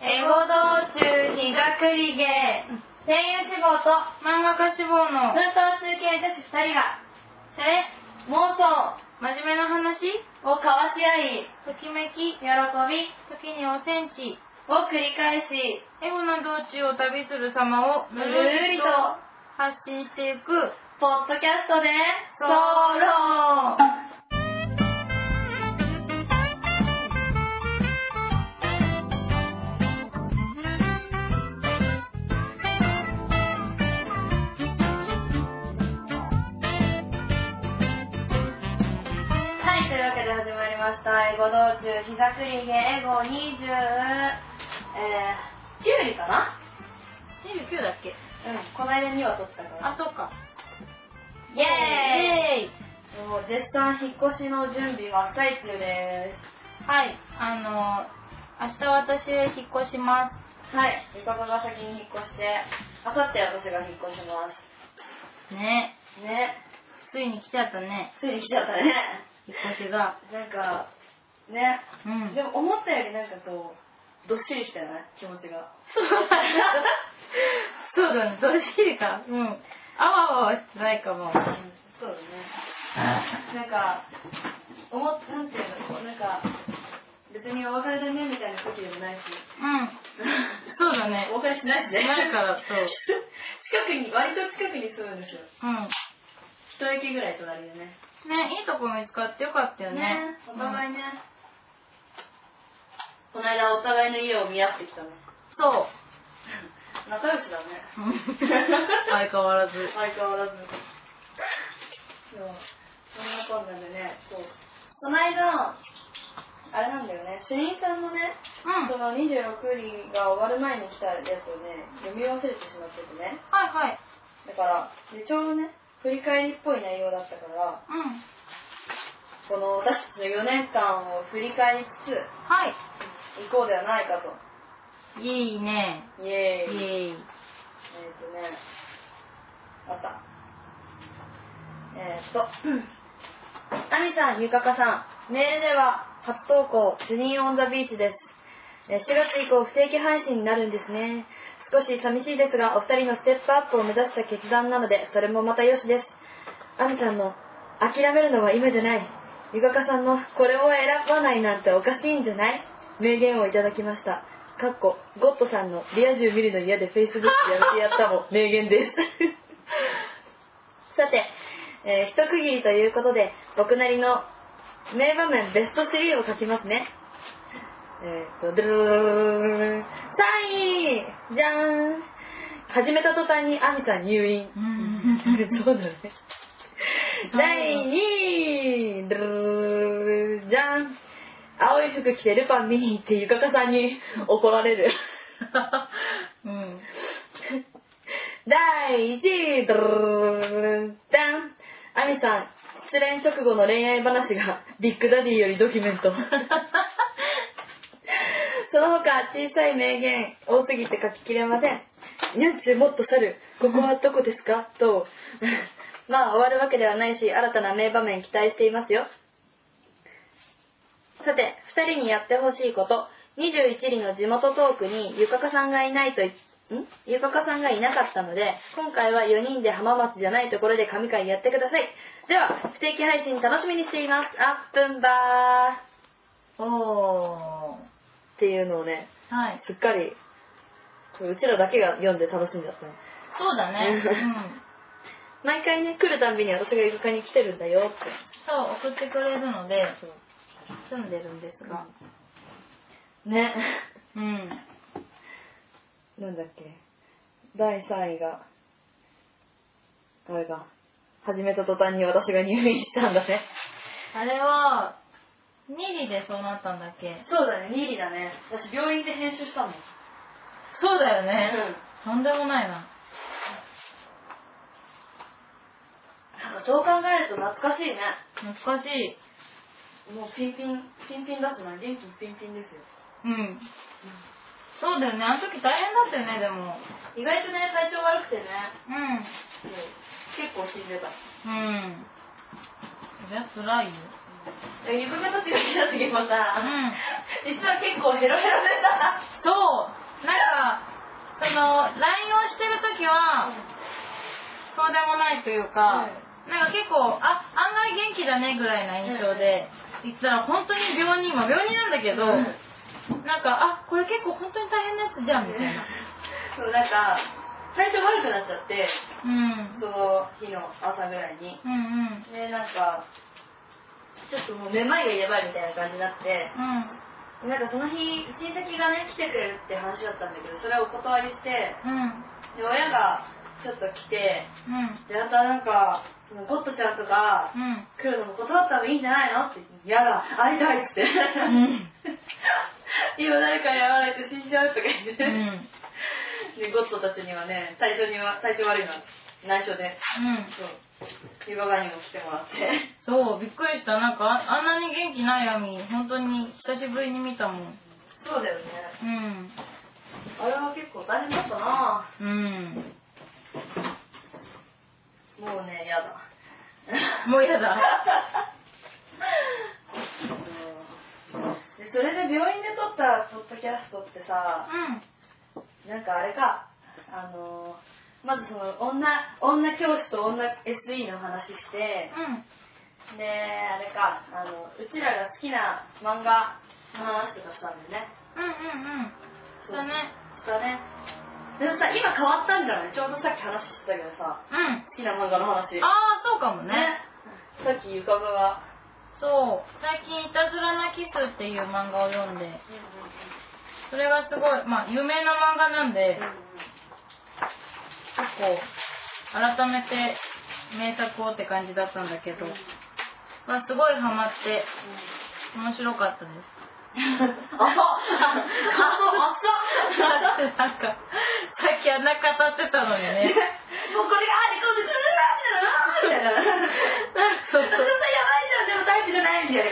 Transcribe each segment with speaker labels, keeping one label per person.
Speaker 1: エゴ道中日がくり芸声優志望と
Speaker 2: 漫画家志望の
Speaker 1: 奮闘する系女子2人がそれ妄想
Speaker 2: 真面目な話
Speaker 1: を交わし合い
Speaker 2: ときめき
Speaker 1: 喜び
Speaker 2: 時にお天地
Speaker 1: を繰り返し
Speaker 2: エゴな道中を旅する様を
Speaker 1: ぬるりと
Speaker 2: 発信していく
Speaker 1: ポッドキャストでソロはい、というわけで始まりました。英語道中、膝くりげ、英語20、えー、キュウリかな
Speaker 2: 29だっけ
Speaker 1: うん、この間2話撮ったから。
Speaker 2: あそっか
Speaker 1: イエ
Speaker 2: イ
Speaker 1: ーイ
Speaker 2: エーイ
Speaker 1: もう絶賛引っ越しの準備真っ最中で
Speaker 2: はいあの明日私引っ越します
Speaker 1: す。はい、ゆかこが先に引っ越して、あさって私が引っ越します。
Speaker 2: ね
Speaker 1: ね、
Speaker 2: ついに来ちゃったね
Speaker 1: ついに来ちゃったね。
Speaker 2: 引っ越しが
Speaker 1: なんか、ね、
Speaker 2: うん
Speaker 1: でも思ったよりなんかこう、どっしりしたよね、気持ちが。
Speaker 2: そうだねどっしりかうんあわあわはしてないかも
Speaker 1: うん、そうだね。なんか、おもなんていうの、こうなんか、別にお別れだねみたいな時でもないし、
Speaker 2: うんそうだね
Speaker 1: お別れしないしね。
Speaker 2: 前からそう
Speaker 1: 近くに、割と近くに住むんですよ。
Speaker 2: うん
Speaker 1: 一駅ぐらい隣でね。
Speaker 2: ねいいとこ見つかってよかったよね
Speaker 1: お互いね、この間お互いの家を見合ってきたの。
Speaker 2: そう
Speaker 1: 仲良しだね。
Speaker 2: 相変わらず
Speaker 1: 相変わらず。そう。そんなこんなでね、そう。この間、あれなんだよね、主任さんのね、
Speaker 2: うん
Speaker 1: その26人が終わる前に来たやつをね、読み忘れてしまっててね。
Speaker 2: はいはい
Speaker 1: だから、でちょうどね、振り返りっぽい内容だったから、
Speaker 2: うん
Speaker 1: この私たちの4年間を振り返りつつ、
Speaker 2: はい
Speaker 1: 行こうではないかと。
Speaker 2: いいね
Speaker 1: イエ
Speaker 2: イエ
Speaker 1: ーイ。えっ、
Speaker 2: ーイ
Speaker 1: とね、あった。えっ、と、 あみさん、ゆかかさん、メールでは初投稿、主任オンザビーチです。えー4月以降不定期配信になるんですね。少し寂しいですが、お二人のステップアップを目指した決断なので、それもまたよしです。アミさんの、諦めるのは今じゃない。ゆかかさんの、これを選ばないなんておかしいんじゃない名言をいただきました。かっこ、ゴッドさんの、リア充見るの嫌で Facebook でやめてやったも、名言です。さて、えー一区切りということで、僕なりの名場面ベスト3を書きますね。えー、っと、ドゥルルルルルルル3位じゃーん始めた途端にアミさん入院。
Speaker 2: うん
Speaker 1: そうだね。第2位ドゥルルルルルじゃん青い服着てルパン見に行ってゆかかさんに怒られる。
Speaker 2: うん
Speaker 1: 第1位ドゥルルルルルじゃんアミさん、失恋直後の恋愛話が ビッグダディよりドキュメント。 その他、小さい名言、多すぎて書ききれません。にゃんちゅうもっと猿、ここはどこですかと。 まあ、終わるわけではないし、新たな名場面期待していますよ。さて、二人にやってほしいこと。21里の地元トークにゆかかさんがいないとい、んゆかかさんがいなかったので、今回は4人で浜松じゃないところで神会やってください。では、不定期配信楽しみにしています。アップンバー
Speaker 2: おー
Speaker 1: っていうのをね、
Speaker 2: はい
Speaker 1: すっかり、これうちらだけが読んで楽しんじゃったね。
Speaker 2: そうだ ねうん
Speaker 1: 毎回ね、来るたんびに私が床に来てるんだよっ
Speaker 2: そう送ってくれるので
Speaker 1: て。
Speaker 2: 住んでるんですが
Speaker 1: ね。
Speaker 2: うん
Speaker 1: なんだっけ。第3位が、あれが、始めた途端に私が入院したんだね。
Speaker 2: あれは2里でそうなったんだっけ
Speaker 1: そうだね、ニリだね。私病院で編集したもん。
Speaker 2: そうだよね
Speaker 1: う
Speaker 2: と
Speaker 1: ん
Speaker 2: んでもないな
Speaker 1: なんかそう考えると懐かしいね。
Speaker 2: 懐かしい
Speaker 1: もうピンピン、ピンピンだしな、元気ピンピンですよ。
Speaker 2: うんそうだよねあの時大変だったよねでも
Speaker 1: 意外とね、体調悪くてね、
Speaker 2: うん
Speaker 1: もう結構死んで
Speaker 2: う
Speaker 1: た。
Speaker 2: ん。そりゃ辛いよ。
Speaker 1: うんゆかかたちが来た時もさ、
Speaker 2: うん
Speaker 1: 実は結構ヘロヘロでさ、
Speaker 2: そうなんかその LINE をしてる時はそうでもないというか、なんか結構あ案外元気だねぐらいな印象で、言ったら本当に病人まあ病人なんだけど、
Speaker 1: うん
Speaker 2: なんかあこれ結構本当に大変なやつじゃんみたいな
Speaker 1: そうなんか体調悪くなっちゃって
Speaker 2: うん
Speaker 1: その日の朝ぐらいに
Speaker 2: うんうん
Speaker 1: でなんかちょっともうめまいがやばいみたいな感じになって
Speaker 2: うん
Speaker 1: なんかその日親戚がね来てくれるって話だったんだけどそれをお断りして
Speaker 2: うん
Speaker 1: で親がちょっと来て
Speaker 2: うん
Speaker 1: であんたなんかそのゴットちゃんとか
Speaker 2: うん
Speaker 1: 来るのも断った方がいいんじゃないのって言って嫌だ会いたいって
Speaker 2: うん
Speaker 1: 今誰かに会わないと死んじゃうとか言って、
Speaker 2: うん
Speaker 1: ねゴッドたちにはね体調には体調悪いのは内緒で
Speaker 2: うん
Speaker 1: そう湯河川にも来てもらって
Speaker 2: そうびっくりしたなんかああんなに元気ないやみ本当に久しぶりに見たもん
Speaker 1: そうだよね
Speaker 2: うん
Speaker 1: あれは結構大変だったな
Speaker 2: うん
Speaker 1: もうねやだ
Speaker 2: もうやだ
Speaker 1: でそれで病院で撮ったポッドキャストってさ
Speaker 2: う
Speaker 1: なんかあれかあのーまずその女女教師と女 SE の話して
Speaker 2: んうん
Speaker 1: であれかあのうちらが好きな漫画の話とかしたんだよね
Speaker 2: うんうんうん
Speaker 1: そう
Speaker 2: だね
Speaker 1: したねでもさ今変わったんじゃないちょうどさっき話してたけどさ
Speaker 2: うん
Speaker 1: 好きな漫画の話
Speaker 2: ああそうかもね
Speaker 1: さっきゆかがが
Speaker 2: そう最近「いたずらなキス」っていう漫画を読んでそれがすごいまあ有名な漫画なんで結構改めて名作をって感じだったんだけど、まあ、すごいハマって面白かったです
Speaker 1: あっあっ
Speaker 2: なんかさっきあんな語ってたのにね
Speaker 1: もうこれがあれこうでずーってなるなみたいな
Speaker 2: そう
Speaker 1: ずっとやばいじゃんでもタイプじゃないみたいな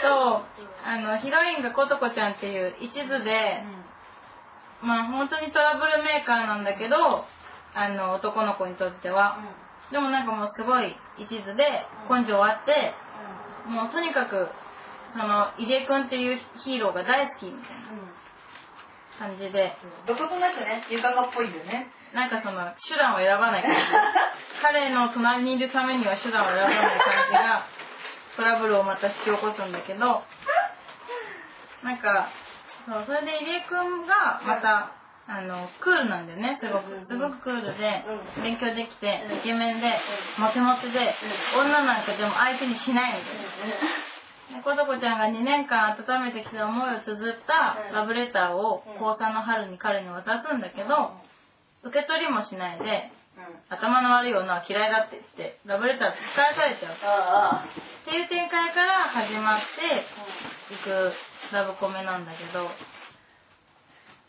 Speaker 2: そうあのヒロインがことこちゃんっていう一途で、まあ本当にトラブルメーカーなんだけどあの男の子にとってはでもなんかもうすごい一途で根性あってもうとにかくその入江君っていうヒーローが大好きみたいな感じで
Speaker 1: どことなくねゆかがっぽいよね
Speaker 2: なんかその手段を選ばない感じ彼の隣にいるためには手段を選ばない感じ がトラブルをまた引き起こすんだけどなんかそうそれで入江君がまたあのクールなんだよねすご
Speaker 1: うんうんうん
Speaker 2: くすごくクールで
Speaker 1: うん
Speaker 2: 勉強できて
Speaker 1: うん
Speaker 2: イケメンで
Speaker 1: う
Speaker 2: モテモテで女なんかでも相手にしないみたいな。でことこちゃんが2年間温めてきた思いを綴ったラブレターを
Speaker 1: うん
Speaker 2: 高3の春に彼に渡すんだけど受け取りもしないで
Speaker 1: うん
Speaker 2: 頭の悪い女は嫌いだって言ってラブレター突き返されちゃう
Speaker 1: ああ
Speaker 2: っていう展開から始まっていくラブコメなんだけど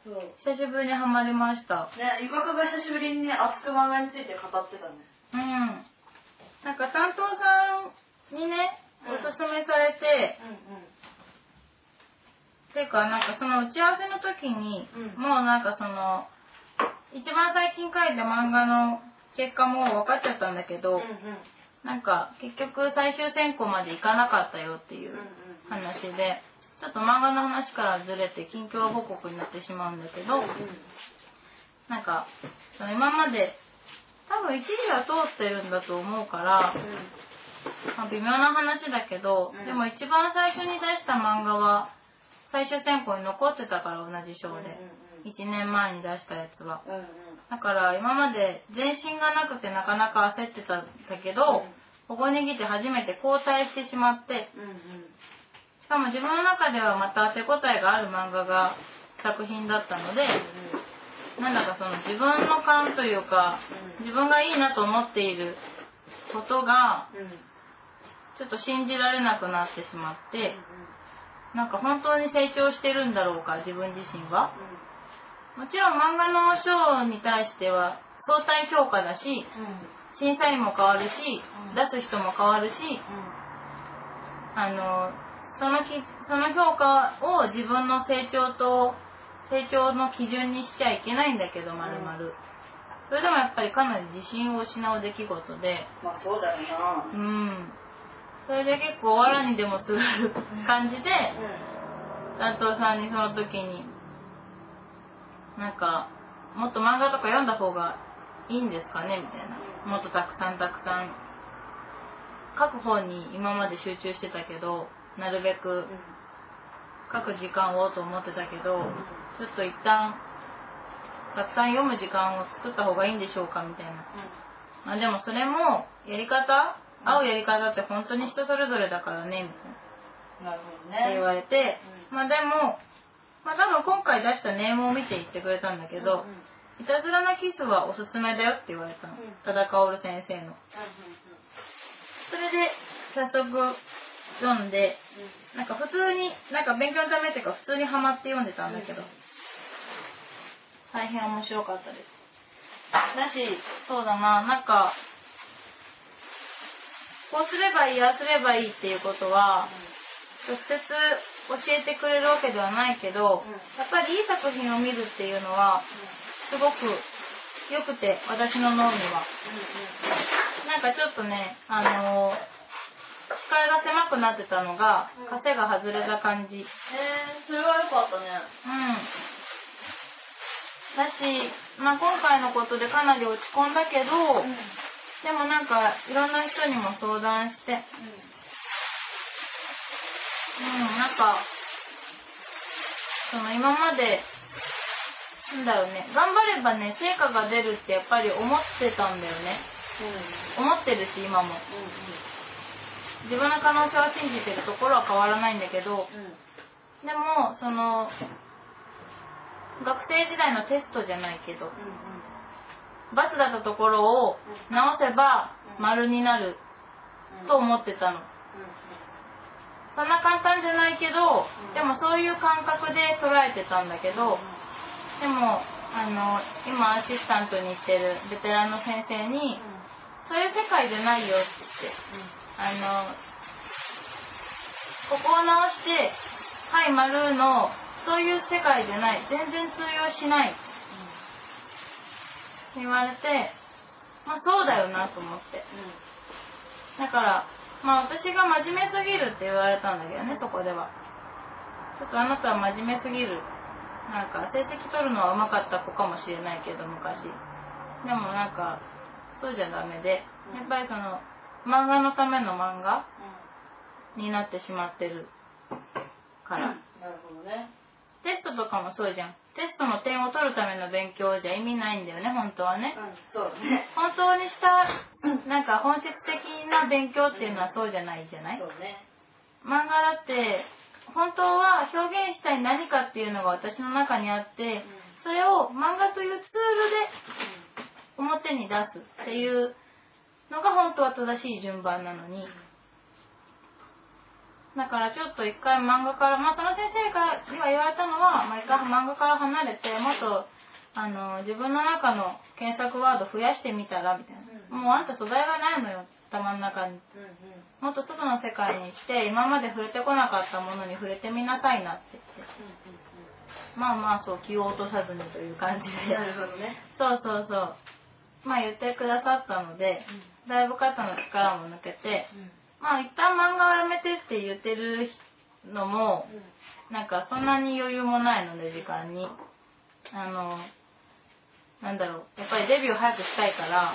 Speaker 1: そう
Speaker 2: 久しぶりにハマりました
Speaker 1: ねゆかが久しぶりにね熱く漫画について語ってたね
Speaker 2: うんなんか担当さんにね
Speaker 1: うん
Speaker 2: おすすめされて、
Speaker 1: うんうん
Speaker 2: ていうかなんかその打ち合わせの時に、
Speaker 1: うん
Speaker 2: もうなんかその一番最近書いた漫画の結果もう分かっちゃったんだけど、
Speaker 1: う
Speaker 2: なんか結局最終選考まで行かなかったよっていう、
Speaker 1: んうん
Speaker 2: 話でちょっと漫画の話からずれて近況報告になってしまうんだけどなんかその今まで多分一時は通ってるんだと思うから、まあ微妙な話だけど、
Speaker 1: うん
Speaker 2: でも一番最初に出した漫画は最終選考に残ってたから同じ賞で、1年前に出したやつは
Speaker 1: うんうん
Speaker 2: だから今まで全身がなくてなかなか焦ってたんだけど、ここに来て初めて交代してしまって
Speaker 1: うんうん
Speaker 2: しかも自分の中ではまた手応えがある漫画が作品だったのでなんだかその自分の感というか自分がいいなと思っていることがちょっと信じられなくなってしまってなんか本当に成長してるんだろうか自分自身はもちろん漫画の賞に対しては相対評価だし審査員も変わるし出す人も変わるしあのそのきその評価を自分の成長と成長の基準にしちゃいけないんだけどまるまるそそれでもやっぱりかなり自信を失う出来事で、
Speaker 1: まあそうだよな
Speaker 2: う。ん。それで結構、わらにでもすがる感じで、
Speaker 1: う
Speaker 2: 担当さんにその時に、なんか、もっと漫画とか読んだ方がいいんですかねみたいな。もっとたくさんたくさん。書く方に今まで集中してたけど、なるべく
Speaker 1: ん。
Speaker 2: 書く時間をと思ってたけど、ちょっと一旦、たくさん読む時間を作った方がいいんでしょうかみたいな。まあでもそれも、やり方合うやり方って本当に人それぞれだからね、みたいな。
Speaker 1: なるほど
Speaker 2: って言
Speaker 1: ね。
Speaker 2: われて、
Speaker 1: うん
Speaker 2: まあでも、まあ多分今回出したネームを見て言ってくれたんだけど、いたずらなキスはおすすめだよって言われたの。
Speaker 1: うん
Speaker 2: 忠薫先生の。それで、早速読んで、なんか普通に、なんか勉強のためっていうか普通にハマって読んでたんだけど、
Speaker 1: うん
Speaker 2: 大変面白かったです。だし、そうだな、なんか、こうすればいい、ああすればいいっていうことは、直接教えてくれるわけではないけど、
Speaker 1: うん
Speaker 2: やっぱりいい作品を見るっていうのはすごく良くて私の脳にはなんかちょっとねあのー視界が狭くなってたのが
Speaker 1: うん
Speaker 2: 枷が外れた感じうん
Speaker 1: えー、それは良かったね。
Speaker 2: だし、まあ、今回のことでかなり落ち込んだけど、
Speaker 1: うん。
Speaker 2: でもなんかいろんな人にも相談してうん、なんか、その今まで、なんだろうね、頑張ればね、成果が出るってやっぱり思ってたんだよね。思ってるし、今も。自分の可能性を信じてるところは変わらないんだけど、でも、その、学生時代のテストじゃないけど、バツだったところを直せば丸になると思ってたの。そんな簡単じゃないけど
Speaker 1: うん、
Speaker 2: でもそういう感覚で捉えてたんだけど、でもあの今アシスタントに行ってるベテランの先生に「そういう世界じゃないよ」って言って「あのここを直して『はい丸のそういう世界じゃない全然通用しない」って言われてまあそうだよなと思ってだからまあ私が真面目すぎるって言われたんだけどねそこではちょっとあなたは真面目すぎるなんか成績取るのは上手かった子かもしれないけど昔でもなんかそうじゃダメで
Speaker 1: うん
Speaker 2: やっぱりその漫画のための漫画になってしまってるから
Speaker 1: なるほどね。
Speaker 2: テストとかもそうじゃんテストの点を取るための勉強じゃ意味ないんだよね本当はね
Speaker 1: うん、そうだね。
Speaker 2: 本当にしたなんか本質的な勉強っていうのはそうじゃないじゃない
Speaker 1: そうね。
Speaker 2: 漫画だって本当は表現したい何かっていうのが私の中にあってそれを漫画というツールで表に出すっていうのが本当は正しい順番なのにだからちょっと一回漫画から、まあ、その先生が今言われたのは、まあ、一回漫画から離れてもっとあの自分の中の検索ワード増やしてみたらみたいな
Speaker 1: うん
Speaker 2: もうあんた素材がないのよ頭の中に
Speaker 1: うん、
Speaker 2: もっ
Speaker 1: うん、
Speaker 2: と外の世界に来て今まで触れてこなかったものに触れてみなさいなって言ってまあまあそう気を落とさずにという感じ
Speaker 1: うん、うん。
Speaker 2: で
Speaker 1: なるほどね。
Speaker 2: そうそうそうまあ言ってくださったのでだいぶ肩の力も抜けて
Speaker 1: うん、
Speaker 2: まあ一旦漫画をやめてって言ってるのも
Speaker 1: うん、
Speaker 2: なんかそんなに余裕もないので時間にあのなんだろうやっぱりデビュー早くしたいから、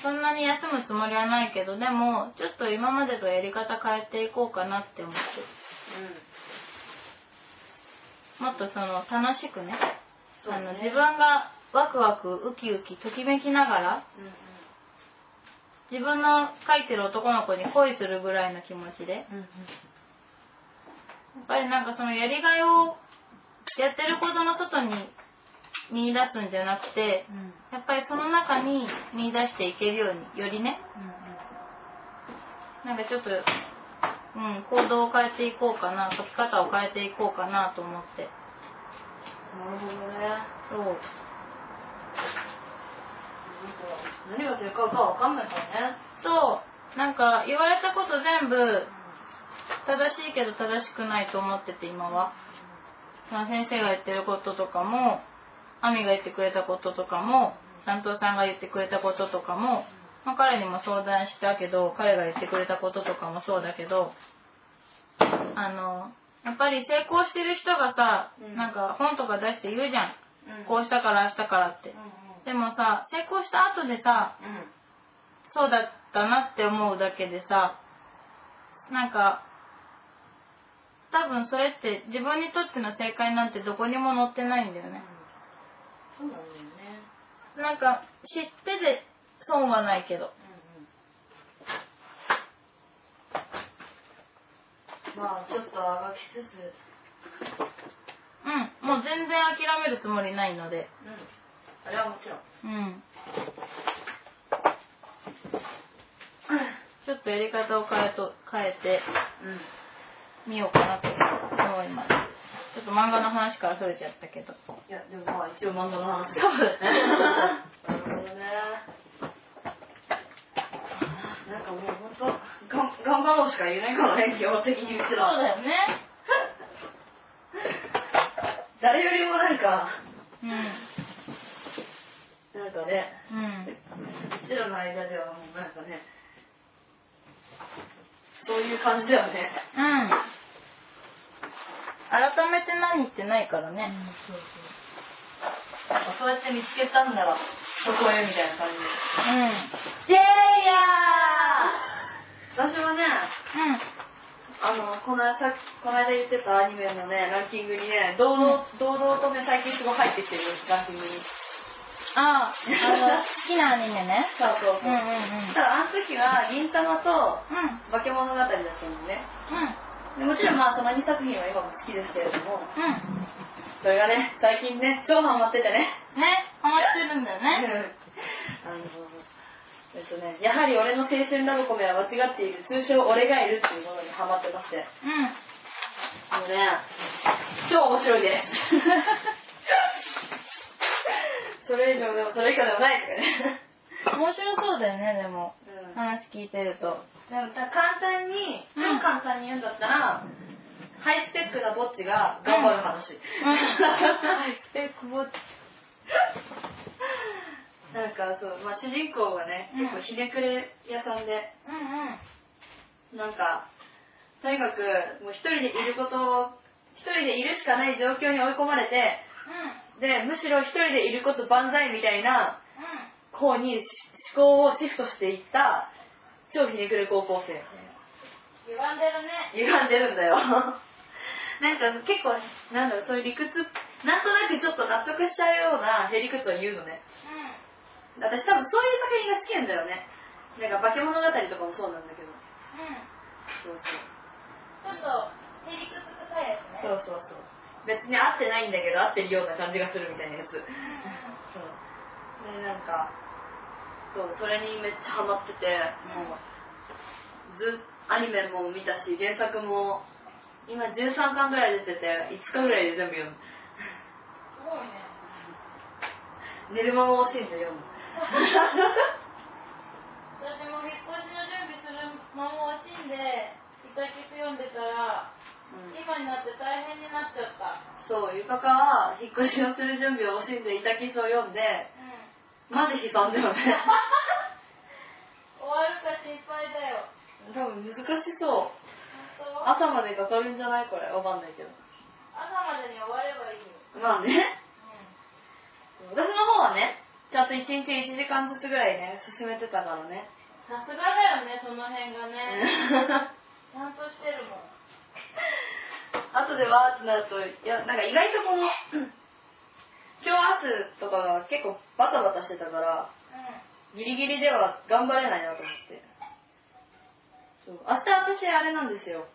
Speaker 2: そんなに休むつもりはないけどでもちょっと今までとやり方変えていこうかなって思って
Speaker 1: うん。
Speaker 2: もっとその楽しくね
Speaker 1: そう
Speaker 2: あ
Speaker 1: ね
Speaker 2: の自分がワクワクウキウキときめきながら
Speaker 1: うん、うん。
Speaker 2: 自分の描いてる男の子に恋するぐらいの気持ちでやっ
Speaker 1: うん、うん。
Speaker 2: ぱりなんかそのやりがいをやってることの外に見出すんじゃなくて
Speaker 1: うん、うん、
Speaker 2: やっぱりその中に見出していけるようによりねなんかちょっと、うん、行動を変えていこうかな、書き方を変えていこうかなと思って。
Speaker 1: なるほど
Speaker 2: そ
Speaker 1: ね。
Speaker 2: う。
Speaker 1: 何が正解かわかんないからね。
Speaker 2: そう、なんか言われたこと全部、正しいけど正しくないと思ってて今は。その先生が言ってることとかも、アミが言ってくれたこととかも担当さんが言ってくれたこととかも、まあ、彼にも相談したけど彼が言ってくれたこととかもそうだけどあのやっぱり成功してる人がさ、
Speaker 1: うん
Speaker 2: なんか本とか出して言うじゃん、
Speaker 1: うん
Speaker 2: こうしたからああしたからって
Speaker 1: うんう
Speaker 2: でもさ成功した後でさ
Speaker 1: んうん
Speaker 2: そうだったなって思うだけでさなんか多分それって自分にとっての正解なんてどこにも載ってないんだよね
Speaker 1: そうなんだよね
Speaker 2: なんか知ってて損はないけど
Speaker 1: うんうんまあちょっとあがきつつ
Speaker 2: うんもう全然諦めるつもりないので
Speaker 1: うんあれはもちろん
Speaker 2: うんちょっとやり方を変えと変えて
Speaker 1: うん
Speaker 2: みようかなと思いますちょっと漫画の話からそれちゃったけど
Speaker 1: いやでもまあ一応漫画の
Speaker 2: 多
Speaker 1: 話
Speaker 2: 分
Speaker 1: なるほどねなんかもう本当が頑張ろうしか言えないからね基本的にう
Speaker 2: そ
Speaker 1: ち
Speaker 2: う
Speaker 1: ら
Speaker 2: だよね
Speaker 1: 誰よりもなんか
Speaker 2: う
Speaker 1: なんかね
Speaker 2: んうん
Speaker 1: うちらの間ではもうなんかねそういう感じだよね
Speaker 2: うん。改めて何ってないから
Speaker 1: う
Speaker 2: ね。
Speaker 1: そうそうそうやって見つけたんならそこへみたいな感じ
Speaker 2: うん。
Speaker 1: でイエーイ私はねあのこのさこの間言ってたアニメのねランキングにね堂々,、堂々とね最近すごい入ってきてるランキングに
Speaker 2: ああ、あの、好きなアニメね。
Speaker 1: そうそう
Speaker 2: うんう
Speaker 1: そう
Speaker 2: んうん。
Speaker 1: ただあの時は銀玉と
Speaker 2: うん。
Speaker 1: 化け物語だったんですね
Speaker 2: う
Speaker 1: でもちろんまあその2作品は今も好きですけれども
Speaker 2: ん。うん。
Speaker 1: それがね最近ね超ハマっててね
Speaker 2: ね、ハマってるんだよ
Speaker 1: あの
Speaker 2: ね。
Speaker 1: えっとね、やはり俺の青春ラブコメは間違っている通称俺がいるっていうものにハマってまし
Speaker 2: う
Speaker 1: て
Speaker 2: ん。
Speaker 1: あのね超面白い ですそれ以上でもそれ以下でもないとかね
Speaker 2: 面白そうだよね、でも。
Speaker 1: うん
Speaker 2: 話聞いてると。
Speaker 1: でもだ簡単に
Speaker 2: うん
Speaker 1: 超簡単に言うんだったら、ハイスペックなぼっちが頑張る話、
Speaker 2: え、くぼっち。
Speaker 1: なんかそう、まあ、主人公がね結構ひねくれ屋さんで、
Speaker 2: うんうん。
Speaker 1: なんか、とにかく、もう一人でいることを、一人でいるしかない状況に追い込まれて、で、むしろ一人でいること万歳みたいな方に思考をシフトしていった、超ひねくれ高校生。
Speaker 2: 歪んでるね。
Speaker 1: 歪んでるんだよ。 なんか結構、なんだろう、そういう理屈、なんとなくちょっと納得しちゃうようなへりくつを言うのね。私多分そういう作品が好きなんだよね。なんか化け物語とかもそうなんだけど。
Speaker 2: うん。うん。
Speaker 1: そう
Speaker 2: ち
Speaker 1: そう。
Speaker 2: ょっと、へりくつ深いです
Speaker 1: そうそうそう別に合ってないんだけど合ってるような感じがするみたいなやつそうでなんかそうそれにめっちゃハマっててもうずアニメも見たし原作も今13巻ぐらい出てて5日ぐらいで全部読む
Speaker 2: すごいね。
Speaker 1: 寝る間も惜しんで 読む
Speaker 2: 私も引っ越しの準備する間も惜しんで一回聞く読んでたら
Speaker 1: うん
Speaker 2: 今になって大変になっちゃった
Speaker 1: そうゆかかは引っ越しをする準備を惜しんでいたキスを読ん
Speaker 2: う
Speaker 1: で
Speaker 2: ん
Speaker 1: マジ悲惨だ よね
Speaker 2: 終わるか心配だよ
Speaker 1: 多分難しそう
Speaker 2: 本当朝
Speaker 1: 朝までかかるんじゃないこれわかんないけど
Speaker 2: までに終わればいいよ、
Speaker 1: まあね
Speaker 2: う
Speaker 1: 私の方はね、ちゃんと1日1時間ずつぐらいね、進めてたからね。
Speaker 2: ん、さすがだよねその辺がねちゃんとしてるもん
Speaker 1: 後でわーってなると、いや、なんか意外とこの、今日明日とかが結構バタバタしてたから、
Speaker 2: う
Speaker 1: ギリギリでは頑張れないなと思って。そう明日私あれなんですよ。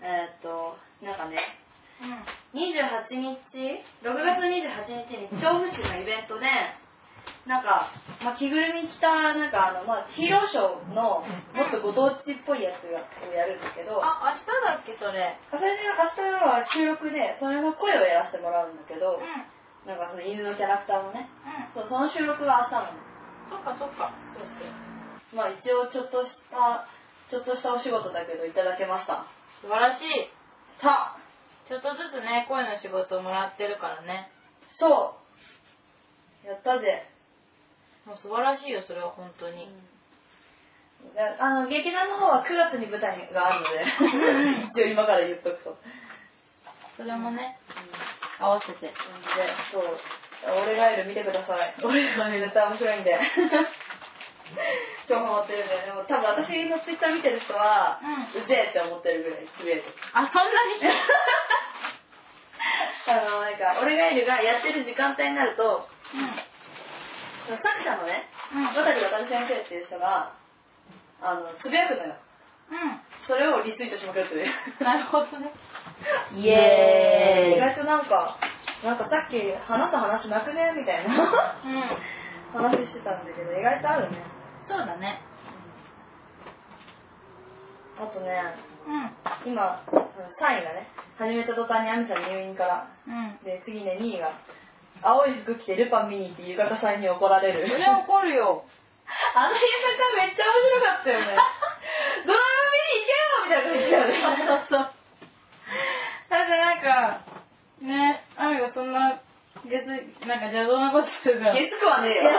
Speaker 1: えーっと、なんかね、
Speaker 2: んうん
Speaker 1: 28日 ?6 月28日に調布市のイベントで、なんか、まあ、着ぐるみ着た、なんかあの、まあ、ヒーローショーの、もっとご当地っぽいやつをやるんですけど、
Speaker 2: あ明日だっけそれ
Speaker 1: それで明日は収録で、それの声をやらせてもらうんだけど、
Speaker 2: う
Speaker 1: なんかその犬のキャラクターのね、
Speaker 2: ん
Speaker 1: そうその収録は明日なの。
Speaker 2: そっかそっか
Speaker 1: そうそうまあ一応ちょっとした、ちょっとしたお仕事だけどいただけました。
Speaker 2: 素晴らしい
Speaker 1: さあ、
Speaker 2: ちょっとずつね声の仕事をもらってるからね
Speaker 1: そう。やったぜ。
Speaker 2: もう素晴らしいよそれは本当に、
Speaker 1: うんあの劇団の方は9月に舞台があるので一応今から言っとくと、
Speaker 2: それもね合わせて
Speaker 1: うんでそう俺ガエル見てください俺ガエル絶対面白いんで超ハマってるんででも多分私のツイッター見てる人は、
Speaker 2: う
Speaker 1: うぜえって思ってるぐらいすげえです
Speaker 2: あそんなに
Speaker 1: あのなんか俺ガエルがやってる時間帯になると
Speaker 2: う
Speaker 1: その作者のね
Speaker 2: んうん
Speaker 1: 渡辺渡辺先生っていう人があのつぶやくのよ
Speaker 2: う
Speaker 1: それをリツイートしまくるっていうん
Speaker 2: なるほどね
Speaker 1: イ
Speaker 2: エーイ
Speaker 1: 意外となんか、なんかさっき話した話なくねみたい な
Speaker 2: うん
Speaker 1: 話してたんだけど、意外とあるね。
Speaker 2: そうだね
Speaker 1: あとね、
Speaker 2: うん
Speaker 1: 今、3位がね、始めた途端にアミさん入院から。
Speaker 2: うん
Speaker 1: で、次ね、2位が、青い服着てルパン見に行って浴衣さんに怒られる。
Speaker 2: それ怒るよ
Speaker 1: あの浴衣めっちゃ面白かったよ ね。ドラマ見に行けよみたいな感じだよね。
Speaker 2: そうそうだってなんかねアミがそんな別になんか邪道なことするから
Speaker 1: 月くはねえよ。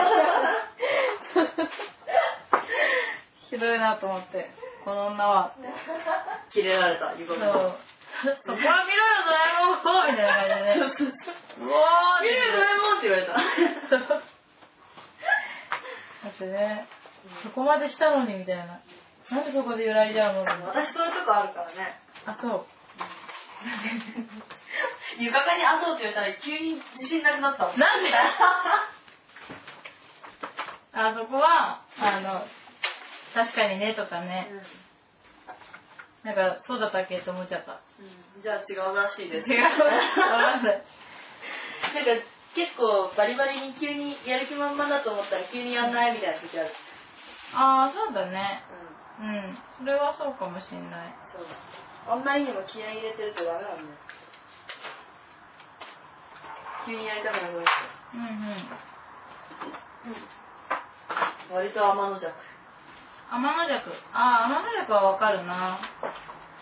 Speaker 2: ひどいなと思ってこの女は
Speaker 1: キレられた、浴
Speaker 2: そう。そこ
Speaker 1: 衣。
Speaker 2: は見ろよ、ドラえもんみたいな感じでね。うわー
Speaker 1: キレるドラえもんって言われた。
Speaker 2: だってね、そこまでしたのにみたいな。なんでそこで揺らいじゃうの
Speaker 1: 私そういうとこあるからね
Speaker 2: あ、そう。
Speaker 1: 床下にあそうって言ったら急に自信なくなったもん
Speaker 2: なん であそこは、あの、確かにねとかね、なんかそうだったっけって思っちゃった。
Speaker 1: うんじゃあ違うらしいです
Speaker 2: 違う。
Speaker 1: なんか
Speaker 2: わかんない
Speaker 1: 結構バリバリに急にやる気満々だと思ったら急にやんないみたいな時ある
Speaker 2: ああ、そうだね。
Speaker 1: うん
Speaker 2: うん。それはそうかもしんない。
Speaker 1: そうあんまりにも気合い入れてるとダメなんだよ急にやりたくなくなっちゃ
Speaker 2: うんうん。
Speaker 1: う割と天の弱
Speaker 2: 天の弱。ああ、天の弱はわかるな。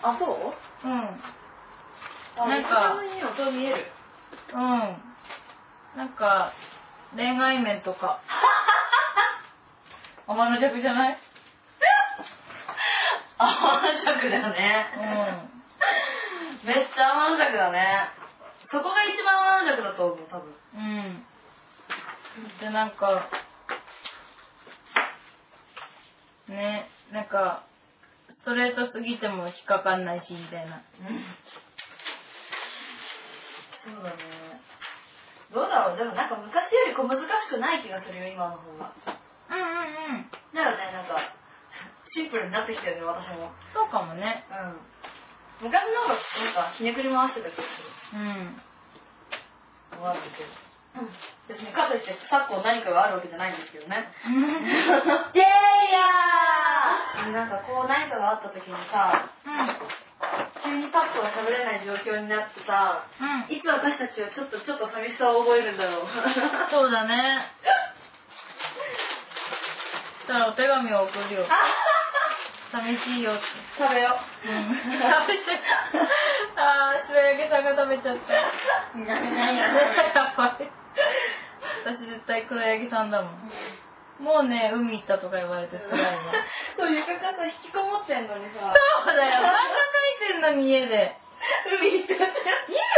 Speaker 1: あそう
Speaker 2: うん。
Speaker 1: な
Speaker 2: なんん
Speaker 1: か
Speaker 2: か
Speaker 1: にもそう見える
Speaker 2: うん。なんか、恋愛面と か。おまの弱じゃ ない
Speaker 1: 天の弱だね
Speaker 2: うん。
Speaker 1: めっちゃ天の弱だねそこが一番天の弱だと思う多分
Speaker 2: うん。で、なんか、ね、なんか、ストレートすぎても引っかかんないし、みたいな。
Speaker 1: そうだねどうだろうでもなんか昔より小難しくない気がするよ今の方がだよ
Speaker 2: うんうんうん。
Speaker 1: ねなんかシンプルになってきてるね私も
Speaker 2: そうかもね。
Speaker 1: うん昔の方がなんかひねくり回してた気がする
Speaker 2: うん。
Speaker 1: 思わなけど別にかといって昨今何かがあるわけじゃないんですけ どね
Speaker 2: うん。
Speaker 1: デイヤーなんかこう何かがあった時にさ急にパッとは喋れない状況になってさ
Speaker 2: うん。
Speaker 1: いつ私たちはちょっとちょっと寂しさを覚えるんだろう
Speaker 2: そうだね。そしたらお手紙を送るよ。寂しいよって。
Speaker 1: 食べよ
Speaker 2: うん。食べちゃった。ああ、白焼けさんが食べちゃった。
Speaker 1: うなめないよね
Speaker 2: やばい。私絶対黒柳さんだもん。もうね、海行ったとか言われて辛いわ。
Speaker 1: そう床からさ引きこもってんのにさ
Speaker 2: そうだよ。漫画描いてんのに家で。
Speaker 1: 海行って
Speaker 2: 意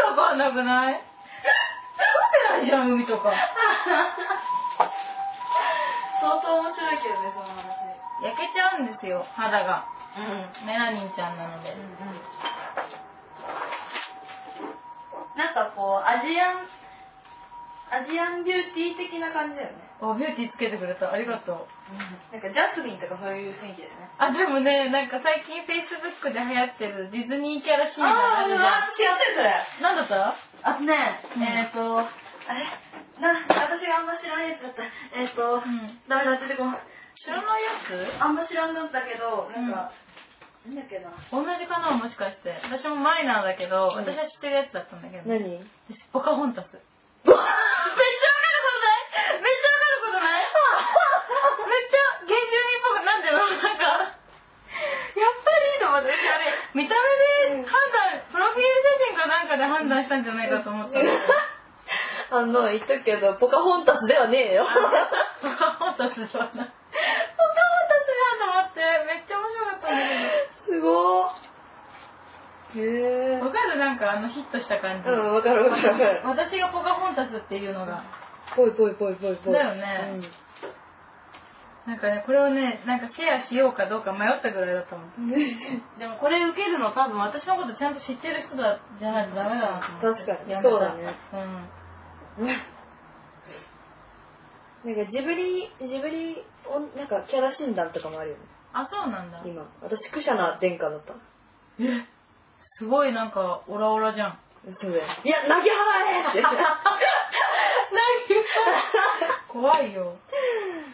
Speaker 2: 味わかんなくない食べないじゃん、海とか。
Speaker 1: 相当面白いけどねその話
Speaker 2: 焼けちゃうんですよ、肌が。
Speaker 1: うん
Speaker 2: メラニンちゃんなので。
Speaker 1: なんかこうアジアンアジアンビューティー的な感じだよね
Speaker 2: お、ビューティーつけてくれた。ありがとう。
Speaker 1: なんかジャスミンとかそういう雰囲気だよね
Speaker 2: あ、でもね、なんか最近 Facebook で流行ってるディズニーキャラシーンがあ
Speaker 1: ああ
Speaker 2: るじ
Speaker 1: ーう
Speaker 2: ゃん
Speaker 1: わ私やってるそれ。
Speaker 2: なんだった
Speaker 1: あとね、
Speaker 2: うん
Speaker 1: えっ、ー、と、あれな、私があんま知らないやつだった。えっ、ー、と、
Speaker 2: ん。
Speaker 1: ダメだ、出てこない。
Speaker 2: 知らないやつ
Speaker 1: あんま知らんかったけど、なんか、なんだっけな。
Speaker 2: 同じかなもしかして。私もマイナーだけど、
Speaker 1: うん
Speaker 2: 私は知ってるやつだったんだけど。
Speaker 1: 何
Speaker 2: 私、ポカホンタス。めっちゃわかることないめっちゃわかることない めっちゃ、原住民っぽく、なんでろうなんか、やっぱりと思って、私あれ、見た目で判断、プロフィール写真かなんかで判断したんじゃないかと思っちゃった。
Speaker 1: あの、言っとくけど、ポカホンタスではねえよ。ポカホン
Speaker 2: ポカホンタスだな。ポカホンタスだと思って、めっちゃ面白かったんだけ
Speaker 1: タスすごー。へ
Speaker 2: ど。わかるなんかあのヒットした感じ。
Speaker 1: ー。うん、わかるわかるわかる。
Speaker 2: 私がポカホンタスっていうのが、
Speaker 1: ぽいぽいぽいぽいぽい。
Speaker 2: だよねなんかね、これをね、なんかシェアしようかどうか迷ったぐらいだったもん。
Speaker 1: うん。
Speaker 2: でもこれ受けるの多分私のことちゃんと知ってる人だじゃないとダメだなと思って。
Speaker 1: 確かに
Speaker 2: やめた
Speaker 1: そうだね。
Speaker 2: うん。
Speaker 1: なんかジブリ、ジブリお、なんかキャラ診断とかもあるよね。
Speaker 2: あ、そうなんだ。
Speaker 1: 今。私、クシャナ殿下だった。
Speaker 2: えすごいなんかオラオラじゃん。
Speaker 1: そうだよ。いや、投げ払えって。
Speaker 2: 怖いよ。
Speaker 1: う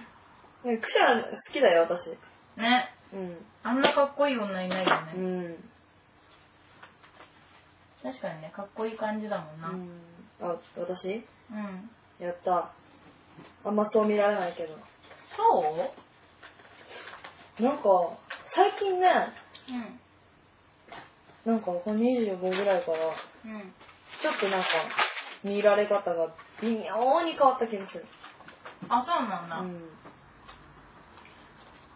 Speaker 1: んクシャナ好きだよ、私。
Speaker 2: ね。
Speaker 1: うん。
Speaker 2: あんなかっこいい女いないよね。
Speaker 1: うん。
Speaker 2: 確かにね、かっこいい感じだもんな。うん。
Speaker 1: あ、私やった。あんまそう見られないけど。
Speaker 2: そ
Speaker 1: なんか、最近ね、
Speaker 2: ううん。
Speaker 1: なんかこの25ぐらいから、
Speaker 2: うん。
Speaker 1: ちょっとなんか、見られ方が微妙に変わった気がする。
Speaker 2: あ、そうなんだ。
Speaker 1: うん。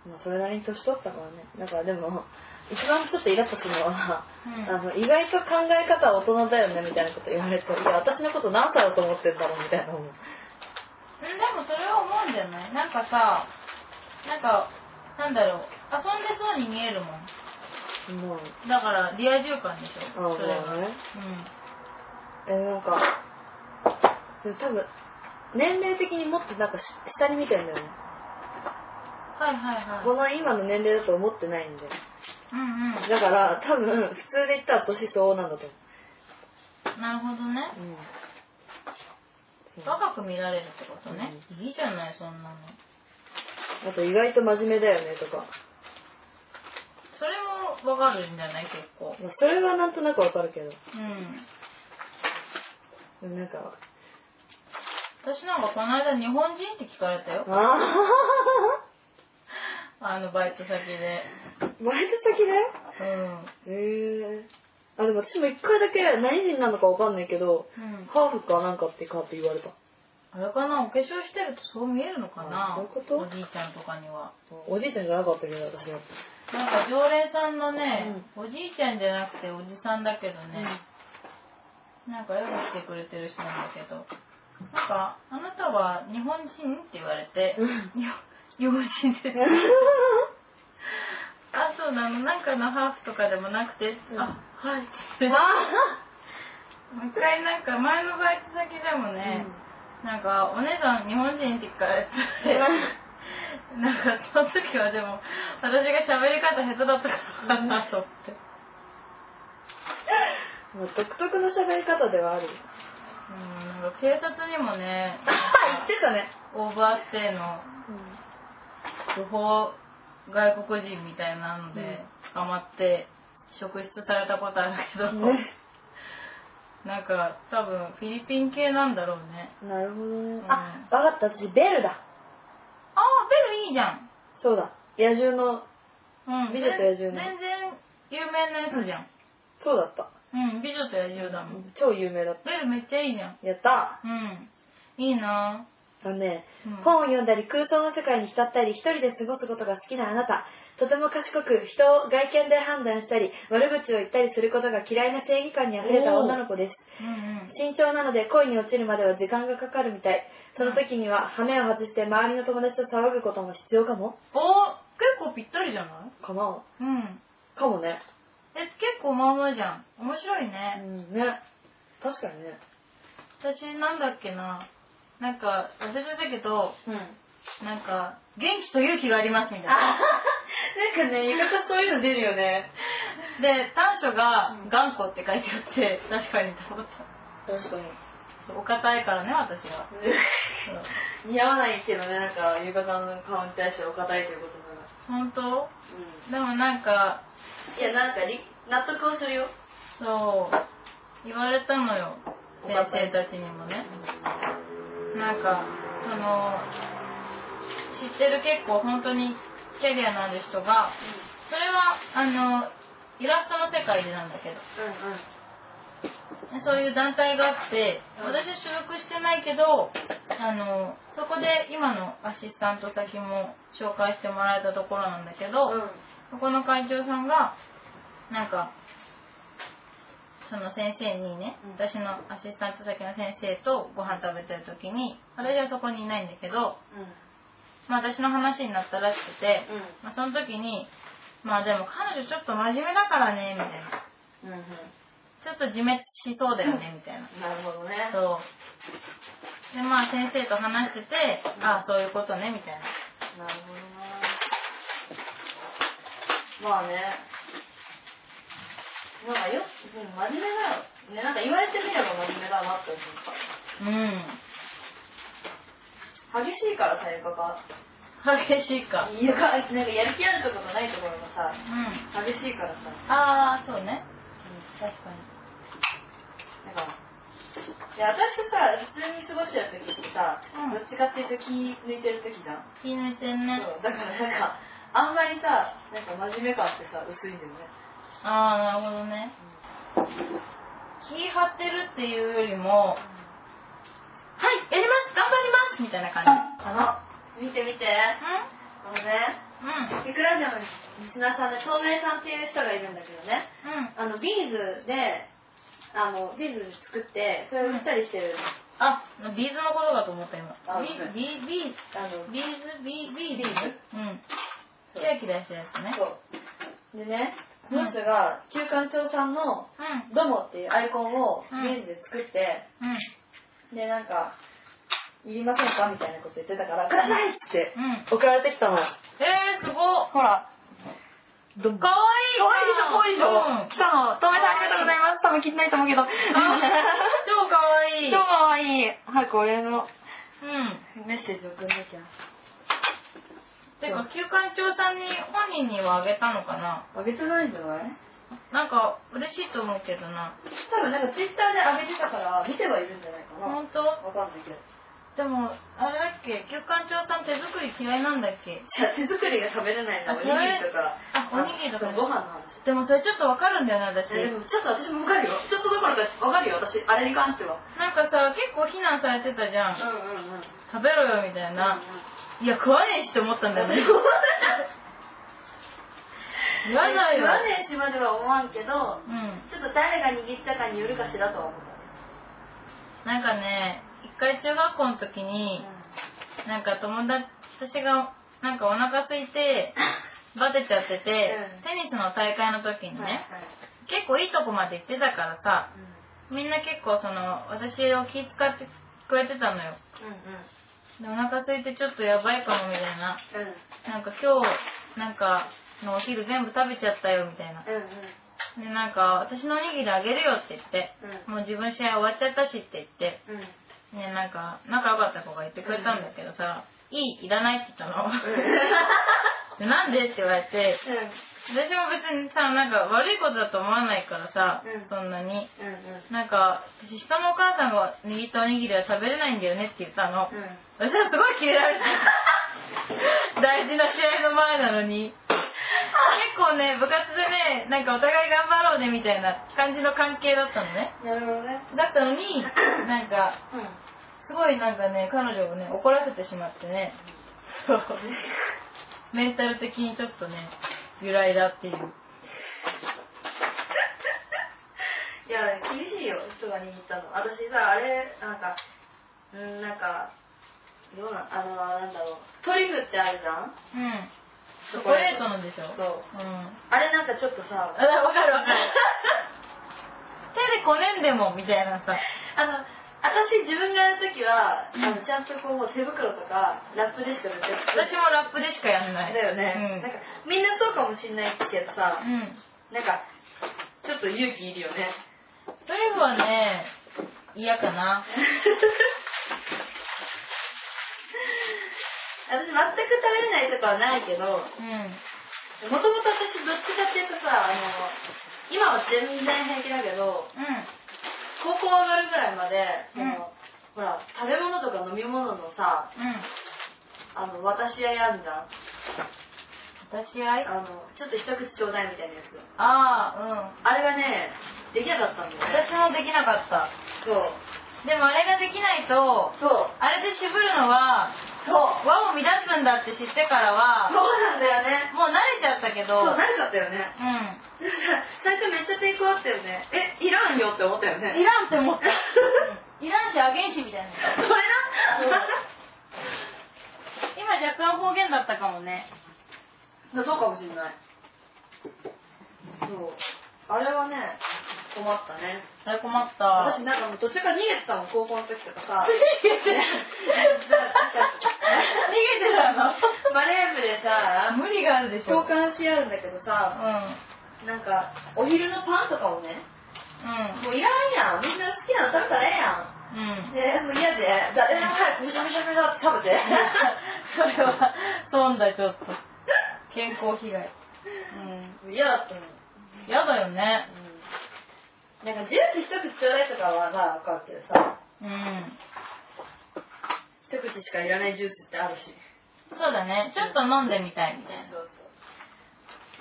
Speaker 1: まあ、それなりに年取ったからね。だからでも、一番ちょっとイラッとするのは、
Speaker 2: うん
Speaker 1: あの、意外と考え方は大人だよね、みたいなこと言われて、いや、私のこと何歳だと思ってんだろう、みたいな思う。
Speaker 2: うん、でもそれは思うんじゃないなんかさなんかなんだろう遊んでそうに見えるもん
Speaker 1: もう、
Speaker 2: だからリア充感でし
Speaker 1: あま
Speaker 2: ょそれ
Speaker 1: あ
Speaker 2: は、
Speaker 1: ね。
Speaker 2: うん
Speaker 1: えーなんか、でも多分、年齢的にもっとなんかし下に見てんだよね。
Speaker 2: はいはいはい
Speaker 1: この今の年齢だと思ってないんで。
Speaker 2: うん
Speaker 1: だから、多分、普通で言ったら年相応なんだと思
Speaker 2: うんなるほどね
Speaker 1: う。うん。そう
Speaker 2: 若く見られるってことね、いいじゃないそんなの
Speaker 1: あと意外と真面目だよねとか。
Speaker 2: それもわかるんじゃない結構
Speaker 1: まあ、それはなんとなくわかるけど。
Speaker 2: うん
Speaker 1: でもなんか、
Speaker 2: 私なんかこの間日本人って聞かれたよ
Speaker 1: あ
Speaker 2: あのバイト先で
Speaker 1: ー バイト先だよ
Speaker 2: うん
Speaker 1: へえー。あ、でも私も一回だけ何人なのかわかんないけど、
Speaker 2: うん、
Speaker 1: ハーフかなんかってかって言われた。
Speaker 2: あれかなお化粧してるとそう見えるのか
Speaker 1: あ
Speaker 2: な
Speaker 1: そういうこと
Speaker 2: おじいちゃんとかには
Speaker 1: おじいちゃんじゃなかったけど、私は。
Speaker 2: なんか常連さんのね、おじいちゃんじゃなくておじさんだけど ね、なんかよく来てくれてる人なんだけど、なんか、あなたは日本人って言われて、いや日本人です。あ、そうなの、なんかのハーフとかでもなくて、
Speaker 1: うん
Speaker 2: あ、はい。も
Speaker 1: あ
Speaker 2: う一回なんか前のバイト先でもね、なんかお姉さん日本人って聞かれて、なんかその時はでも私が喋り方下手だったからか なと思って。
Speaker 1: まあ独特の喋り方ではある。
Speaker 2: うん、なんか警察にもね、
Speaker 1: 言ってたね。
Speaker 2: オーバーステイの不法外国人みたいなので捕まって職質されたことあるけど、なんか多分フィリピン系なんだろうね。
Speaker 1: なるほどね
Speaker 2: う。ん
Speaker 1: あ、わかった。私、ベルだ。
Speaker 2: あー、ベルいいじゃん。
Speaker 1: そうだ。野獣の、
Speaker 2: うん、
Speaker 1: 美女と野獣
Speaker 2: 全
Speaker 1: の
Speaker 2: 然有名なやつじゃん。
Speaker 1: そうだった。
Speaker 2: うん、美女と野獣だもん。
Speaker 1: 超有名だっ
Speaker 2: ベルめっちゃいいじゃん。
Speaker 1: た。やった。
Speaker 2: うん、いいな
Speaker 1: あのね、
Speaker 2: うん
Speaker 1: 本を読んだり空想の世界に浸ったり一人で過ごすことが好きなあなたとても賢く人を外見で判断したり悪口を言ったりすることが嫌いな正義感にあふれた女の子です
Speaker 2: うんうん。
Speaker 1: 慎重なので恋に落ちるまでは時間がかかるみたいその時には羽目を外して周りの友達と騒ぐことも必要かも
Speaker 2: お結構ぴったりじゃない
Speaker 1: かも
Speaker 2: うん。
Speaker 1: かもね、
Speaker 2: え、結構まあまあじゃん。面白いね。
Speaker 1: うん、ね確かにね
Speaker 2: 私、なんだっけな。なんか、忘れたけど、
Speaker 1: うんな
Speaker 2: な
Speaker 1: ん
Speaker 2: んか、元気と勇気がありますみたいな。
Speaker 1: かね浴衣そういうの出るよね
Speaker 2: で、短所が
Speaker 1: うん
Speaker 2: 頑固って書いてあって、確かにと思った。
Speaker 1: 確か
Speaker 2: お堅いからね、私は。
Speaker 1: に
Speaker 2: そう
Speaker 1: 似合わないけどねなんか浴衣の顔に対してお堅いということなら
Speaker 2: 本当
Speaker 1: う
Speaker 2: でもなんか、
Speaker 1: んいやなんかり納得はするよ
Speaker 2: そう、言われたのよ。先生たちにもね。なんか、その、知ってる結構本当にキャリアのある人が、それは、あの、イラストの世界でなんだけど、
Speaker 1: うんうん
Speaker 2: そういう団体があって、私は所属してないけど、あの、そこで今のアシスタント先も紹介してもらえたところなんだけど、そこの会長さんが、なんか、その先生にね、
Speaker 1: うん
Speaker 2: 私のアシスタント先の先生とご飯食べてる時に、私はそこにいないんだけど、まあ私の話になったらしくて、まあその時に、まあでも彼女ちょっと真面目だからね、みたいな。
Speaker 1: うんうんうん
Speaker 2: ちょっと自滅しそうだよね、みたいな。
Speaker 1: なるほどね
Speaker 2: そう。で、まあ先生と話してて、ああ、そういうことね、みたいな。
Speaker 1: なるほどなまあねなんかようん真面目だよねなんか言われてみれば真面目だなって思
Speaker 2: う
Speaker 1: っ
Speaker 2: ん。
Speaker 1: た激しいからさゆかが
Speaker 2: 激しいか。
Speaker 1: ゆかなんかやる気あるところとないところがさ
Speaker 2: うん。
Speaker 1: 激しいからさ、うん、
Speaker 2: ああ、そうね。確かに。
Speaker 1: なんかいや私さ普通に過ごしてる時ってさ、
Speaker 2: うん
Speaker 1: どっちかっていうと気抜いてる時じゃん
Speaker 2: 気抜いてんね。
Speaker 1: そうだからなんかあんまりさなんか真面目感ってさ薄いんだよね
Speaker 2: ああ、なるほどね。気張ってるっていうよりも、はい、やります頑張りますみたいな感じ。
Speaker 1: あの見て見て
Speaker 2: う
Speaker 1: このね
Speaker 2: んうん。
Speaker 1: いくらでもリスナーさんで透明さんっていう人がいるんだけどね
Speaker 2: うん。
Speaker 1: あのビーズであのビーズ作ってそれを売ったりしてる、
Speaker 2: あ、ビーズのことかと思った今
Speaker 1: あ。
Speaker 2: ビ
Speaker 1: うん
Speaker 2: ビビーズ。
Speaker 1: あの
Speaker 2: ビーズ、ビービー
Speaker 1: ビー
Speaker 2: う
Speaker 1: ズ
Speaker 2: ん。キラキラしたやつね。
Speaker 1: そうでねこの人が旧館長さんの
Speaker 2: う
Speaker 1: ドモっていうアイコンを
Speaker 2: うん
Speaker 1: ビーズで作って、
Speaker 2: ん。うん。
Speaker 1: でなんか「いりませんか?」みたいなこと言ってたから「ください!」って
Speaker 2: うん。
Speaker 1: 送られてきたの
Speaker 2: えー、すごっ。
Speaker 1: ほら
Speaker 2: かわいいか
Speaker 1: 可愛いでしょ、可愛いでしょ。来たの。とめさんありがとうございます。多分聞いてないと思う けど。
Speaker 2: うん超かわいい。
Speaker 1: 超可愛い。早く俺の
Speaker 2: うん。
Speaker 1: メッセージ送んなきゃ。
Speaker 2: てか、休館長さんに本人にはあげたのかな
Speaker 1: あげてないんじゃない
Speaker 2: なんか、嬉しいと思うけどな。
Speaker 1: 多分なんかツイッターであげてたから、見てはいるんじゃないかな。わ
Speaker 2: 本当
Speaker 1: かんないけど。
Speaker 2: でも、あれだっけ休館長さん手作り嫌いなんだっけ
Speaker 1: じゃあ手作りが食べれない
Speaker 2: あ
Speaker 1: な、おにぎりとか。
Speaker 2: あ、おにぎりとか
Speaker 1: ご飯の話。
Speaker 2: でもそれちょっとわかるんだよね、私。
Speaker 1: えでもちょっと私もわかるよ。ちょっとどころかわかるよ、私。あれに関しては。
Speaker 2: なんかさ、結構非難されてたじゃん。
Speaker 1: んうんうん。
Speaker 2: 食べろよ、みたいな。いや、食わねえしって思ったんだよ ね。言わないよ。
Speaker 1: わねえしまでは思わんけど、
Speaker 2: うん。
Speaker 1: ちょっと誰が握ったかによるかしらとは思ったね。
Speaker 2: なんかね、一回中学校の時に、なんか友達、私がなんかお腹空い て、バテちゃってて、
Speaker 1: うん
Speaker 2: テニスの大会の時にね、
Speaker 1: はいはい
Speaker 2: 結構いいとこまで行ってたからさ、みんな結構その、私を気遣ってくれてたのよ。
Speaker 1: うん
Speaker 2: で、お腹空いてちょっとやばいかもみたいな。
Speaker 1: うんうん
Speaker 2: なんか今日、なんか、のお昼全部食べちゃったよみたいな。
Speaker 1: うん
Speaker 2: で、なんか、私のおにぎりあげるよって言って、
Speaker 1: うん
Speaker 2: もう自分試合終わっちゃったしって言って、
Speaker 1: うんうん
Speaker 2: ね、なんか、仲良かった子が言ってくれたんだけどさ、いい、いらないって言ったの。 でなんでって言われて、私も別にさ、なんか悪いことだと思わないからさ、
Speaker 1: うん
Speaker 2: そんなに。
Speaker 1: うん
Speaker 2: なんか、私人のお母さんが握ったおにぎりは食べれないんだよねって言ったの。
Speaker 1: うんうん
Speaker 2: 私はすごいキレられた。 大事な試合の前なのに。結構ね、部活でね、なんかお互い頑張ろうねみたいな感じの関係だったのね。
Speaker 1: なるほどね
Speaker 2: だったのに、なんか、
Speaker 1: うん
Speaker 2: すごいなんかね、彼女をね、怒らせてしまってね、 そう、メンタル的にちょっとね、由来だっていう。
Speaker 1: いや厳しいよ人が握ったの私さあれなんかうんなんかどうなんあのなんだろうトリュフってあるじゃん
Speaker 2: うん。チョコレートのでしょ。。
Speaker 1: そううん
Speaker 2: あ、
Speaker 1: あれなんかちょっとさ
Speaker 2: わかるわかる。 手でこねんでも、みたいなさ。
Speaker 1: あの私自分がやるときは、
Speaker 2: うん
Speaker 1: あのちゃんとこう手袋とかラップでしか絶対
Speaker 2: 私もラップでしかやんない。
Speaker 1: だよね、なんかみんなそうかもしんないけどさ
Speaker 2: う、ん。うん。
Speaker 1: なんかちょっと勇気いるよね
Speaker 2: トリュフはね、嫌かな。
Speaker 1: 私全く食べれないとかはないけど
Speaker 2: う
Speaker 1: も
Speaker 2: ん。
Speaker 1: ともと私どっちかっていうとさあの今は全然平気だけど
Speaker 2: う
Speaker 1: 高校上がるぐらいまで、
Speaker 2: うん
Speaker 1: そのほら食べ物とか飲み物のさ
Speaker 2: ん。うん。
Speaker 1: あの渡し合いあんじゃん
Speaker 2: 私は、
Speaker 1: あのちょっと一口ちょうだいみたいなやつ
Speaker 2: ああ、
Speaker 1: あれがねできなかったんだよね
Speaker 2: 私もできなかった
Speaker 1: そう
Speaker 2: でもあれができないと
Speaker 1: そう
Speaker 2: あれで渋るのは
Speaker 1: そう
Speaker 2: 和を乱すんだって知ってから
Speaker 1: そう
Speaker 2: は
Speaker 1: なんだよね
Speaker 2: もう慣れちゃったけ
Speaker 1: そ
Speaker 2: ど
Speaker 1: う慣れちゃったよね
Speaker 2: う
Speaker 1: 最初めっちゃ抵抗あったよねえいらんよって思ったよね
Speaker 2: んいらんって 思った、うんいらんしアゲンしみたいな
Speaker 1: それな
Speaker 2: 今若干方言だったかもね
Speaker 1: そうかもしんないそうあれはね困ったね
Speaker 2: あれ困った
Speaker 1: 私なんかもう途中から逃げてたもん高校の時とかさ
Speaker 2: げてたの
Speaker 1: バレー部でさ
Speaker 2: 無理があるでしょ
Speaker 1: 交換し合うんだけど
Speaker 2: うん
Speaker 1: さなんかお昼のパンとかをねもういらんやんみんな好きなの食べたらええやん
Speaker 2: うん うん
Speaker 1: でもう嫌で誰でも早くむしゃむしゃむしゃって食べて
Speaker 2: それは損だちょっと健康被害うん
Speaker 1: 嫌だったのよ
Speaker 2: やだよね
Speaker 1: うんなんかジュース一口ちょうだいとかはさ分かるけどさ
Speaker 2: うん
Speaker 1: 一口しかいらないジュースってあるし
Speaker 2: そうだねちょっと飲んでみたいみたい
Speaker 1: そう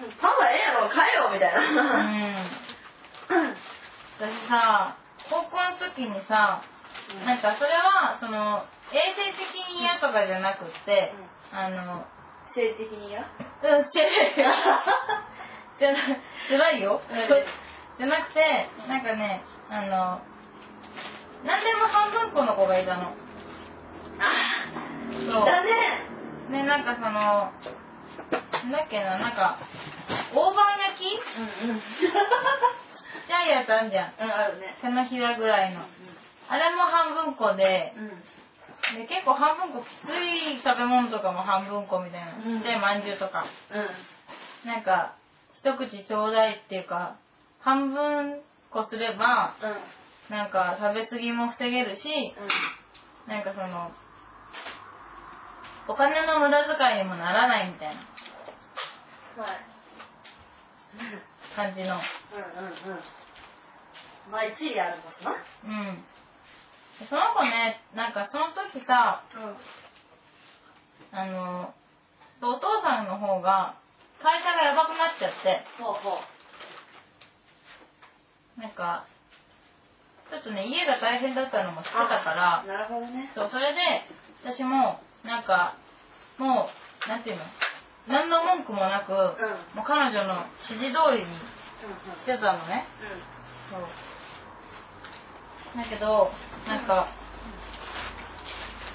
Speaker 1: そうパンはええやろ買えよみたい
Speaker 2: な
Speaker 1: な
Speaker 2: うん私さ高校の時にさなんかそれはその衛生的に嫌とかじゃなくってあの
Speaker 1: 性的に嫌う
Speaker 2: うん、してる。じゃな、じゃないよ。じゃなくて、なんかね、あの、何でも半分この子がいたの。そ
Speaker 1: だね
Speaker 2: う。で、なんかその、なんだっけな、なんか、大判焼きち
Speaker 1: うんうん
Speaker 2: っちゃいやつあんじゃん。
Speaker 1: うんあるね
Speaker 2: 手のひらぐらいの。あれも半分こで、で、結構半分こきつい食べ物とかも半分こみたいな。
Speaker 1: うん
Speaker 2: で、まんじゅうとか。
Speaker 1: うん
Speaker 2: なんか、一口ちょうだいっていうか、半分こすれば、
Speaker 1: うん
Speaker 2: なんか食べ過ぎも防げるし、
Speaker 1: うん
Speaker 2: なんかその、お金の無駄遣いにもならないみたいな
Speaker 1: はい
Speaker 2: 感じの。
Speaker 1: うんうんうんまあ一理あるもんな
Speaker 2: うん。その子ね、なんかその時さ、
Speaker 1: うん
Speaker 2: あの、お父さんの方が、会社がやばくなっちゃって、
Speaker 1: ほうほ
Speaker 2: なんか、ちょっとね、家が大変だったのも知ってたから
Speaker 1: う、なるほどね
Speaker 2: そう、それで、私も、なんか、もう、なんていうの何の文句もなく、
Speaker 1: うんうんうん
Speaker 2: もう彼女の指示通りにしてたのね。そう。だけど、なんか、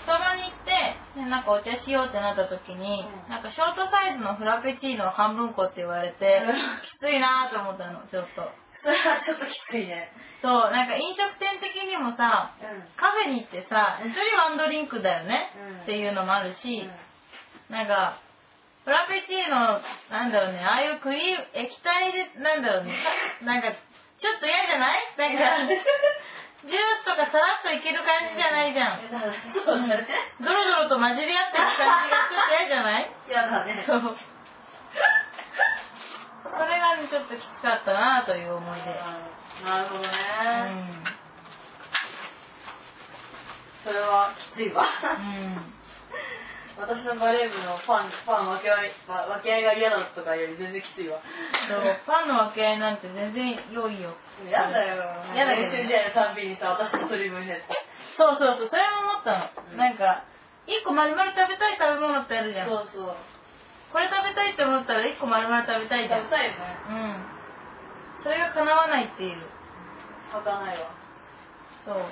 Speaker 2: スタバに行って、でなんかお茶しようってなった時に、
Speaker 1: うん
Speaker 2: なんかショートサイズのフラペチーノを半分こって言われて、きついなーと思ったの、ちょっと。
Speaker 1: それはちょっときついね
Speaker 2: そう、なんか飲食店的にもさ、
Speaker 1: うん
Speaker 2: カフェに行ってさ、一人ワンドリンクだよね、
Speaker 1: うん
Speaker 2: っていうのもあるし、
Speaker 1: うん
Speaker 2: なんか、フラペチーノ、なんだろうね、ああいうクリーム、液体で、なんだろう ね、なんか、ちょっと嫌じゃないなんか、ジュースとかさらっといける感じじゃないじゃん。
Speaker 1: そうだね
Speaker 2: ドロドロと混じり合ってる感じがちょっと嫌じゃない
Speaker 1: やだね
Speaker 2: そう。それがね、ちょっときつかったなという思い出。
Speaker 1: なるほどね、
Speaker 2: うん。
Speaker 1: それはきついわ
Speaker 2: うん。
Speaker 1: 私のバレー部のファンファン分け合いわ分け合いが嫌だとかより全然きついわ
Speaker 2: そう、パンの分け合いなんて全然良いよ。
Speaker 1: やだよ
Speaker 2: 嫌だけど
Speaker 1: 練習試合のたんびにさ私の取り分ね
Speaker 2: そうそうそう、それも思ったの。
Speaker 1: うん
Speaker 2: なんか、一個丸々食べたい食べ物ってあるじゃん。
Speaker 1: そうそう
Speaker 2: これ食べたいって思ったら一個丸々食べたい
Speaker 1: 食べ
Speaker 2: じ
Speaker 1: た
Speaker 2: ゃん。
Speaker 1: いうね
Speaker 2: ん。それが叶わないっていう。
Speaker 1: はかないわ
Speaker 2: そう。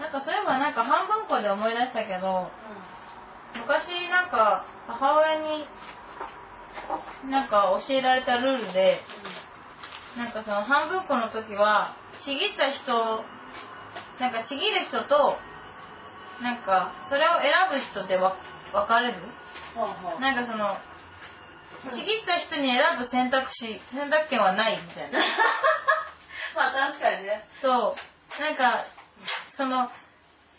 Speaker 2: なんかそういえばなんか半分こで思い出したけど、昔なんか母親になんか教えられたルールで、なんかその半分この時は、ちぎった人、なんかちぎる人と、なんかそれを選ぶ人でわ分かれる
Speaker 1: うんはんはん
Speaker 2: なんかその、ちぎった人に選ぶ選択肢、選択権はないみたいな。
Speaker 1: まあ確かにね
Speaker 2: そう。なんか、その、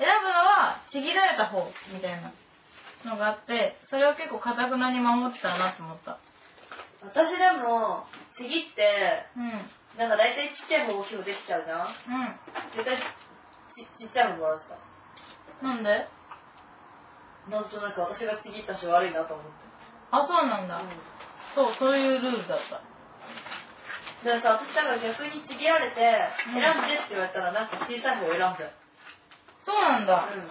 Speaker 2: 選ぶのはちぎられた方みたいなのがあって、それを結構かたくなに守ってたなと思った。
Speaker 1: 私でもちぎって
Speaker 2: うん。うん。
Speaker 1: なんか大体ちっちゃい方を今日できちゃうじゃん絶対ちちっちゃいのもらってた
Speaker 2: なんで
Speaker 1: なんとなく私がちぎったし悪いなと思って
Speaker 2: あ、そうなんだ。
Speaker 1: うん
Speaker 2: そう、そういうルールだった。
Speaker 1: だからさ私だから逆にちぎられて選んでって言われたらなんか小さい方を選んだよ
Speaker 2: そうなんだ。
Speaker 1: うん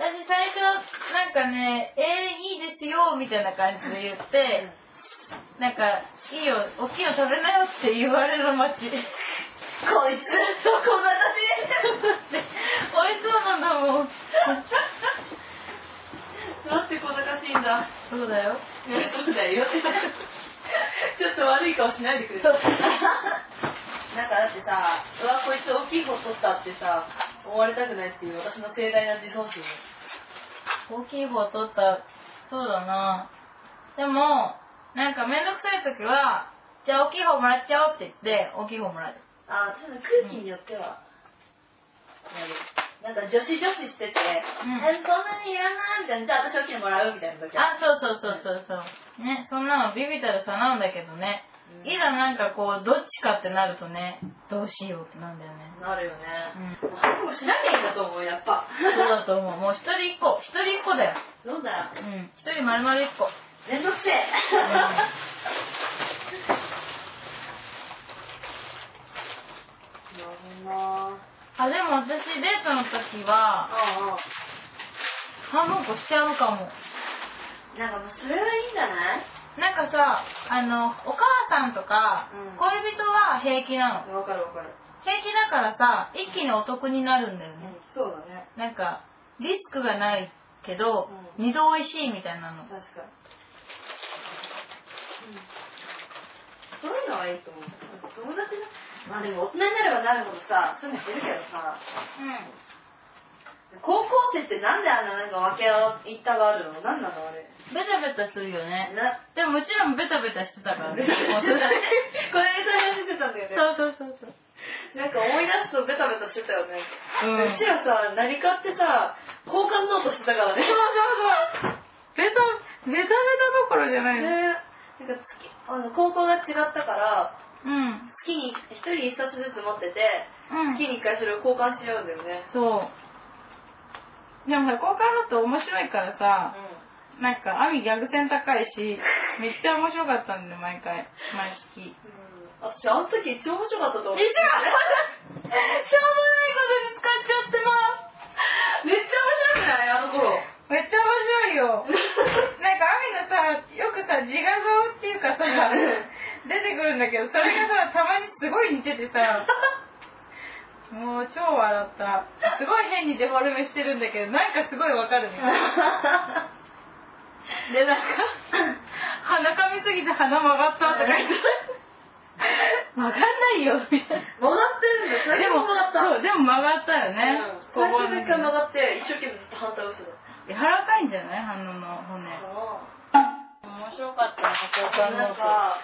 Speaker 2: 私最初、なんかね、えー、いいですよ、みたいな感じで言って、なんか、いいよ、大きいの食べなよって言われる街。 美味し
Speaker 1: こいつこんな形で
Speaker 2: そうなんだもん。
Speaker 1: なんてこんな感じいんだ
Speaker 2: そうだよ。
Speaker 1: そうだよちょっと悪い顔しないでくれなんかだってさ「うわこいつ大きい方取った」ってさ思われたくないっていう私の盛大な自尊心
Speaker 2: 大きい方取った、そうだな。でも、なんかめんどくさい時は、じゃあ大きい方もらっちゃおうって言って、大きい方もらう。
Speaker 1: あそういうの空気によっては、なんか女子女子してて「
Speaker 2: ん
Speaker 1: えそんなにいらない」みたいな「じゃあ私大きいのもらう」みたいな時
Speaker 2: あ、そうそうそうそうそう。ね、そんなのビビったらさなんだけどね。
Speaker 1: うん
Speaker 2: いざなんかこう、どっちかってなるとね、どうしようってなんだよね。
Speaker 1: なるよね
Speaker 2: うん。
Speaker 1: もう覚悟しなきゃいいんだと思うやっ ぱ
Speaker 2: そうだと思う。もう一人一個。一人一個だよ。
Speaker 1: なんだよ
Speaker 2: うん。一人丸々一個。
Speaker 1: めんどくせえ飲みまーす
Speaker 2: あ、でも私デートの時は、
Speaker 1: あ
Speaker 2: 半分こしちゃうかも。
Speaker 1: あなんかもうそれはいいんじゃない
Speaker 2: なんかさ、あの、お母さんとか
Speaker 1: うん、
Speaker 2: 恋人は平気なの。
Speaker 1: わかるわかる
Speaker 2: 平気だからさ、一気にお得になるんだよ
Speaker 1: うん
Speaker 2: ね。
Speaker 1: そうだね
Speaker 2: なんか、リスクがないけど、
Speaker 1: う
Speaker 2: 二度美味しいみたいなの。
Speaker 1: 確かに、うん、そういうのはいいと思う友達がまあでも大人になればなるほどさそういうのしてるけどさ
Speaker 2: う
Speaker 1: 高校生ってなんであんななんか分け合いったがあるのなんなのあれ
Speaker 2: ん。ベタベタするよね。
Speaker 1: な
Speaker 2: でもうちらもベタベタしてた からね。
Speaker 1: これ話してたんだよね
Speaker 2: そうそうそうそう。
Speaker 1: なんか思い出すとベタベタしてたよね、
Speaker 2: う
Speaker 1: うんちらさ何かってさ交換ノートしてたからね
Speaker 2: ベタ、ベタベタどころじゃないの。
Speaker 1: ねなんか月あの高校が違ったから
Speaker 2: うん。
Speaker 1: 月に一人一冊ずつ持ってて
Speaker 2: うん。
Speaker 1: 月に一回それを交換し合うんだよね
Speaker 2: そう。でもさ、交換だと面白いからさ、なんか、アミギャグ線高いし、めっちゃ面白かったんで、毎回、毎月。
Speaker 1: うん私あの時超面白かった と思うめっ
Speaker 2: し
Speaker 1: ち
Speaker 2: ょうもないことに使っちゃってま
Speaker 1: ゃ面白くないあ の頃
Speaker 2: す。めっちゃ面白いよ。 なんか、アミのさ、よくさ、自画像っていうかさ、出てくるんだけど、それがさ、たまにすごい似てて さ、もう超笑った。すごい変にデフォルメしてるんだけど、なんかすごいわかるね。で、なんか、鼻かみすぎて鼻曲がったとか言って、曲がんないよ、みたいな。
Speaker 1: 曲がってるんだよ最
Speaker 2: で
Speaker 1: 初
Speaker 2: も、
Speaker 1: 曲がった
Speaker 2: そう、でも曲がったよね。こ
Speaker 1: 最
Speaker 2: こ
Speaker 1: 初の
Speaker 2: に
Speaker 1: 一回曲がって一生懸命ずっと反対をしてた
Speaker 2: 柔らかいんじゃない鼻の骨。面白かったな、交換
Speaker 1: な
Speaker 2: ノー
Speaker 1: ん
Speaker 2: ト。
Speaker 1: か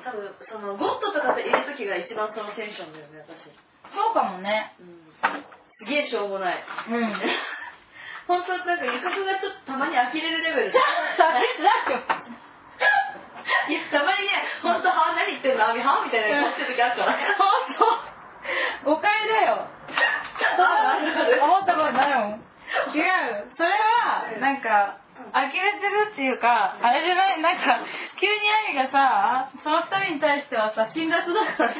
Speaker 1: 多分そのゴッドとかといる時が一番そのテンションだよね私、
Speaker 2: そうかもね。
Speaker 1: すげえしょうもない
Speaker 2: うん。なんか、
Speaker 1: 本当なんか予測がちょっとたまに呆れるレベ ルでいやたまにね本当はあ何言ってんのあみはみたいな顔してる時あるから
Speaker 2: 誤解だよ。
Speaker 1: あるある
Speaker 2: 思ったことないもん。違う。それは、なんか、呆れてるっていうか、あれじゃない、なんか、急にアミがさ、その二人に対してはさ、辛辣だから。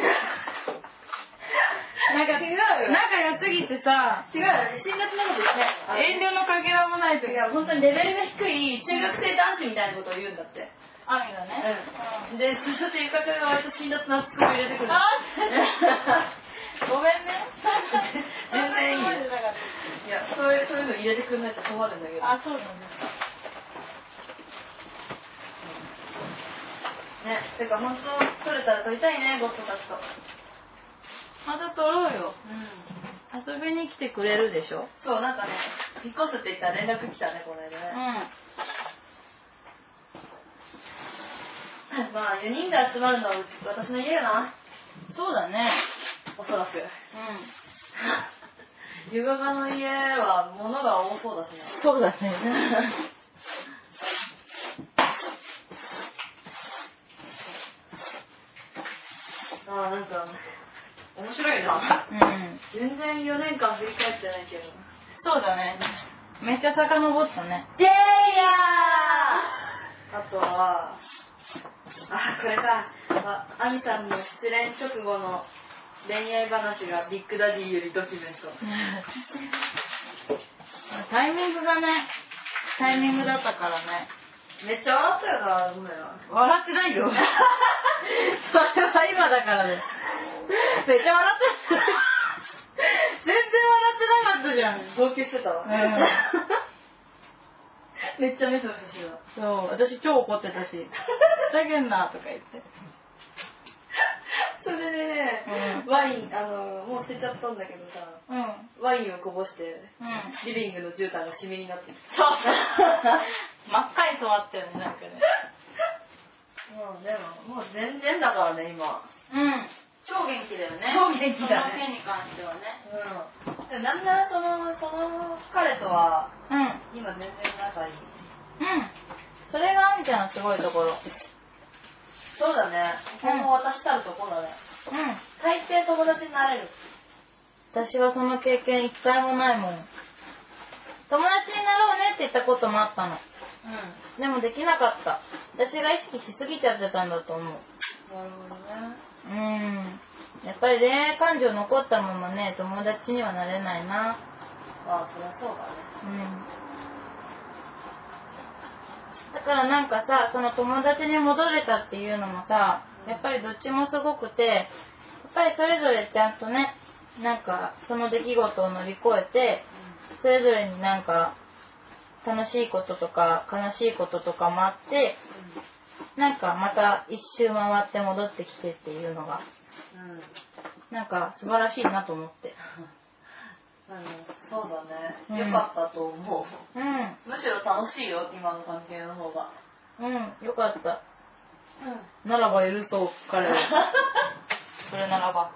Speaker 2: なんか、
Speaker 1: 違うよ
Speaker 2: 仲良すぎてさ、
Speaker 1: 違うよ辛辣なこと言ってない
Speaker 2: 遠慮のかけらもないという
Speaker 1: 違う本当にレベルが低い中学生男子みたいなことを言うんだって
Speaker 2: アミがね。
Speaker 1: うんでそしてゆかちゃんが割と辛辣なツッコミを入れてくる
Speaker 2: あごめんね。
Speaker 1: 全然いいよいや、そういう、そういうの入れてくんないと困るんだけど。
Speaker 2: あ、そうなんです
Speaker 1: ね、てか本当取れたら取りたいね、ゴッドたちと。
Speaker 2: また撮ろうよ。
Speaker 1: うん。
Speaker 2: 遊びに来てくれるでしょ
Speaker 1: そう、なんかね、引っ越すって言ったら連絡来たね、この間
Speaker 2: う
Speaker 1: ね。
Speaker 2: ん。
Speaker 1: まあ、4人で集まるのはうち私の家よな。
Speaker 2: そうだね。
Speaker 1: おそらく。
Speaker 2: う
Speaker 1: ゆががの家は物が多そうだしね。
Speaker 2: ん。そうだね。
Speaker 1: ああ、なんか、面白いな。
Speaker 2: うん。
Speaker 1: 全然4年間振り返ってないけど。
Speaker 2: そうだね。めっちゃ遡ったね。
Speaker 1: デイヤーあとは、あ、これさ、あアミさんの失恋直後の恋愛話がビッグダディよりドキュメント。
Speaker 2: タイミングがね、タイミングだったからね。
Speaker 1: めっちゃ笑ったよな、ごめんな。
Speaker 2: 笑って ないよ。それは今だからね。めっちゃ笑ってる。全然笑ってなかったじゃん。
Speaker 1: 号泣してたわ。めっちゃ目覚めてしまう。
Speaker 2: そう、私超怒ってたし、ふざけんなとか言って。
Speaker 1: それでね、
Speaker 2: う
Speaker 1: ワイン、あの、もう捨てちゃったんだけどさ、
Speaker 2: うん。うん。
Speaker 1: ワインをこぼして、
Speaker 2: 真
Speaker 1: リビングの絨毯がシミになってる。
Speaker 2: っ赤いとわったよね、なんかね。
Speaker 1: もうで も、もう全然だからね、今。
Speaker 2: うん。超元気だよね。
Speaker 1: 超元気だね
Speaker 2: その件に関してはね。
Speaker 1: うん。でもなんならその、その彼とは、
Speaker 2: うん。
Speaker 1: 今全然仲いい。
Speaker 2: うん。それがあんちゃんのすごいところ。
Speaker 1: そうだね。ここも私たるとこだね。
Speaker 2: うん。
Speaker 1: 大抵友達になれる。
Speaker 2: 私はその経験一回もないもん。友達になろうねって言ったこともあったの。
Speaker 1: うん。
Speaker 2: でもできなかった。私が意識しすぎちゃってたんだと思う。
Speaker 1: なるほどね。
Speaker 2: うーん。やっぱり恋愛感情残ったままね、友達にはなれないな。
Speaker 1: まあ、そりゃそうだね。
Speaker 2: うん。だからなんかさ、その友達に戻れたっていうのもさ、やっぱりどっちもすごくて、やっぱりそれぞれちゃんとね、なんかその出来事を乗り越えて、それぞれになんか楽しいこととか悲しいこととかもあってなんかまた一周回って戻ってきてっていうのが
Speaker 1: うん。うん。
Speaker 2: なんか素晴らしいなと思って
Speaker 1: うん、そうだ
Speaker 2: うん
Speaker 1: ね。よかったと思う。
Speaker 2: うん
Speaker 1: むしろ楽しいよ、今の関係の方が。
Speaker 2: うんよかった
Speaker 1: うん。
Speaker 2: ならば許そう彼を それならば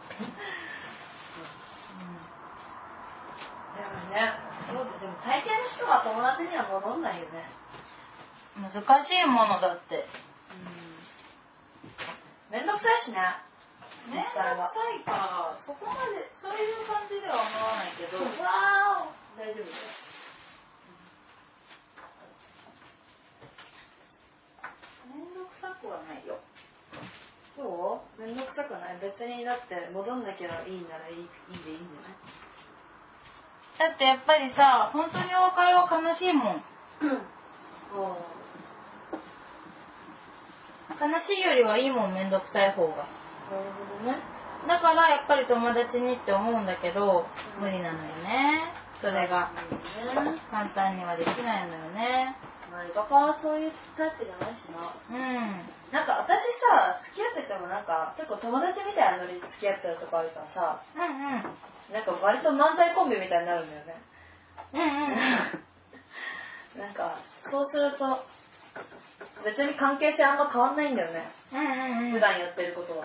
Speaker 1: でもね、そうだでも大抵の人は友達には戻んないよね。
Speaker 2: 難しいものだって
Speaker 1: うん。めんどくさいしね。
Speaker 2: 面倒くさいからそこまでそういう感じでは思わないけど
Speaker 1: わーお大丈夫だよ。
Speaker 2: 面倒くさくはないよ
Speaker 1: そうめんどくさくない別にだって戻んなきゃいいならいいいいでいいんじゃ
Speaker 2: だってやっぱりさ本当にお別れは悲しいもん
Speaker 1: ないも
Speaker 2: 悲しいよりはいいもんめんどくさい方が
Speaker 1: うなるほどね
Speaker 2: だからやっぱり友達にって思うんだけど
Speaker 1: うん
Speaker 2: 無理なのよねそれが
Speaker 1: うんね
Speaker 2: 簡単にはできないのよね
Speaker 1: まあゆかかはそういうタイプじゃないしな
Speaker 2: うん
Speaker 1: なんか私さ付き合っててもなんか結構友達みたいなノリで付き合っちゃうとこあるからさ
Speaker 2: うんうん
Speaker 1: なんか割と漫才コンビみたいになるんだよね
Speaker 2: うんうん
Speaker 1: なんかそうすると別に関係性あんま変わんないんだよね
Speaker 2: うんうんうん
Speaker 1: 普段やってることは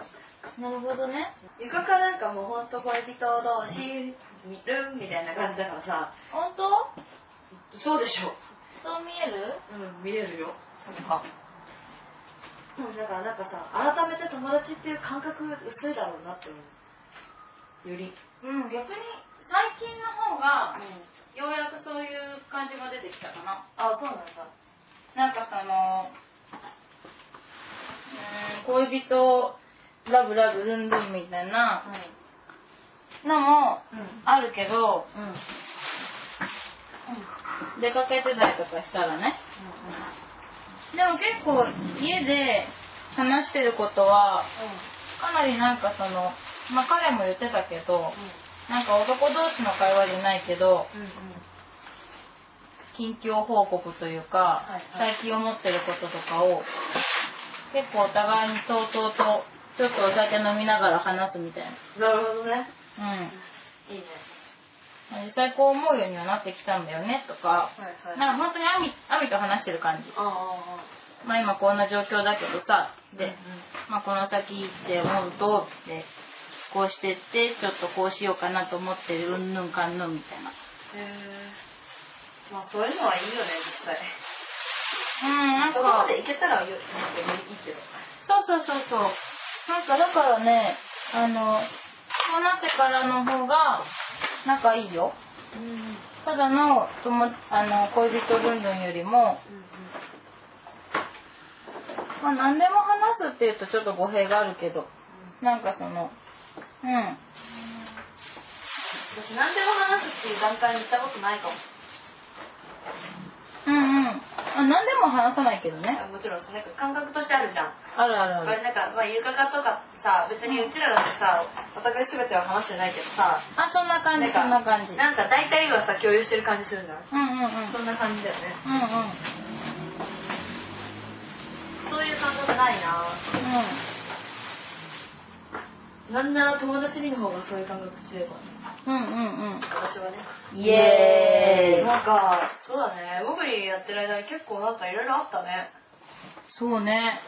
Speaker 2: なるほどね
Speaker 1: ゆかかなんかもうほんと恋人同士見るみたいな感じだからさ
Speaker 2: 本当
Speaker 1: そうでしょ
Speaker 2: そう見える
Speaker 1: うん見れるよ
Speaker 2: そっか
Speaker 1: うんだからなんかさ改めて友達っていう感覚薄いだろうなって思うより
Speaker 2: うん逆に最近の方がよ
Speaker 1: ん
Speaker 2: うやくそういう感じが出てきたかな
Speaker 1: あそうなんだ
Speaker 2: なんかそのうーん恋人ラブラブルンルンみたいな
Speaker 1: う
Speaker 2: のも
Speaker 1: んうん
Speaker 2: あるけど
Speaker 1: うん
Speaker 2: 出かけてたりとかしたらねでも結構家で話してることはかなりなんかそのまあ彼も言ってたけどなんか男同士の会話じゃないけど近況報告というか
Speaker 1: はいはい
Speaker 2: 最近思ってることとかを結構お互いにとうとうとちょっとお酒飲みながら話すみたい
Speaker 1: なるほどね
Speaker 2: なうん
Speaker 1: いいね
Speaker 2: 実際こう思うようにはなってきたんだよねとか、
Speaker 1: はいは
Speaker 2: なんか本当にアミアミと話してる感じ。
Speaker 1: あああ
Speaker 2: まあ今こんな状況だけどさ、
Speaker 1: で
Speaker 2: で、まあこの先って思うと、で、こうしてって、ちょっとこうしようかなと思ってる、うんぬんかんぬんみたいな。
Speaker 1: えまあそういうのはいいよね実際
Speaker 2: うん、なん
Speaker 1: そこま
Speaker 2: か、
Speaker 1: でいけたらよなんかよりいいけど
Speaker 2: そうそうそうそう。なんかだからね、あの、こうなってからの方が仲いいよ。
Speaker 1: うんうん
Speaker 2: ただの友、あの、恋人ルンルンよりも、
Speaker 1: うん
Speaker 2: まあ、何でも話すっていうとちょっと語弊があるけどなんかそのうん
Speaker 1: 私何でも話すっていう段階に行ったことないかも
Speaker 2: うんうんあ何でも話さないけどね
Speaker 1: もちろんそのなんか感覚としてあるじゃん
Speaker 2: あるある
Speaker 1: あ
Speaker 2: あ
Speaker 1: れ
Speaker 2: る
Speaker 1: なんかまあゆかかとかさ別にうちらなんてさお互い全ては話してないけどさ
Speaker 2: あそんな感じそんな感じ
Speaker 1: なんか大体はさ共有してる感じするんだ
Speaker 2: うんうんうん
Speaker 1: そんな感じだよね
Speaker 2: うんうん
Speaker 1: そういう感覚ないななんなら友達にの方がそういう感覚強いかも
Speaker 2: うんうんうん
Speaker 1: 私はね
Speaker 2: イエーイ
Speaker 1: なんかそうだねモグリやってる間に結構なんかいろいろあったね
Speaker 2: そうね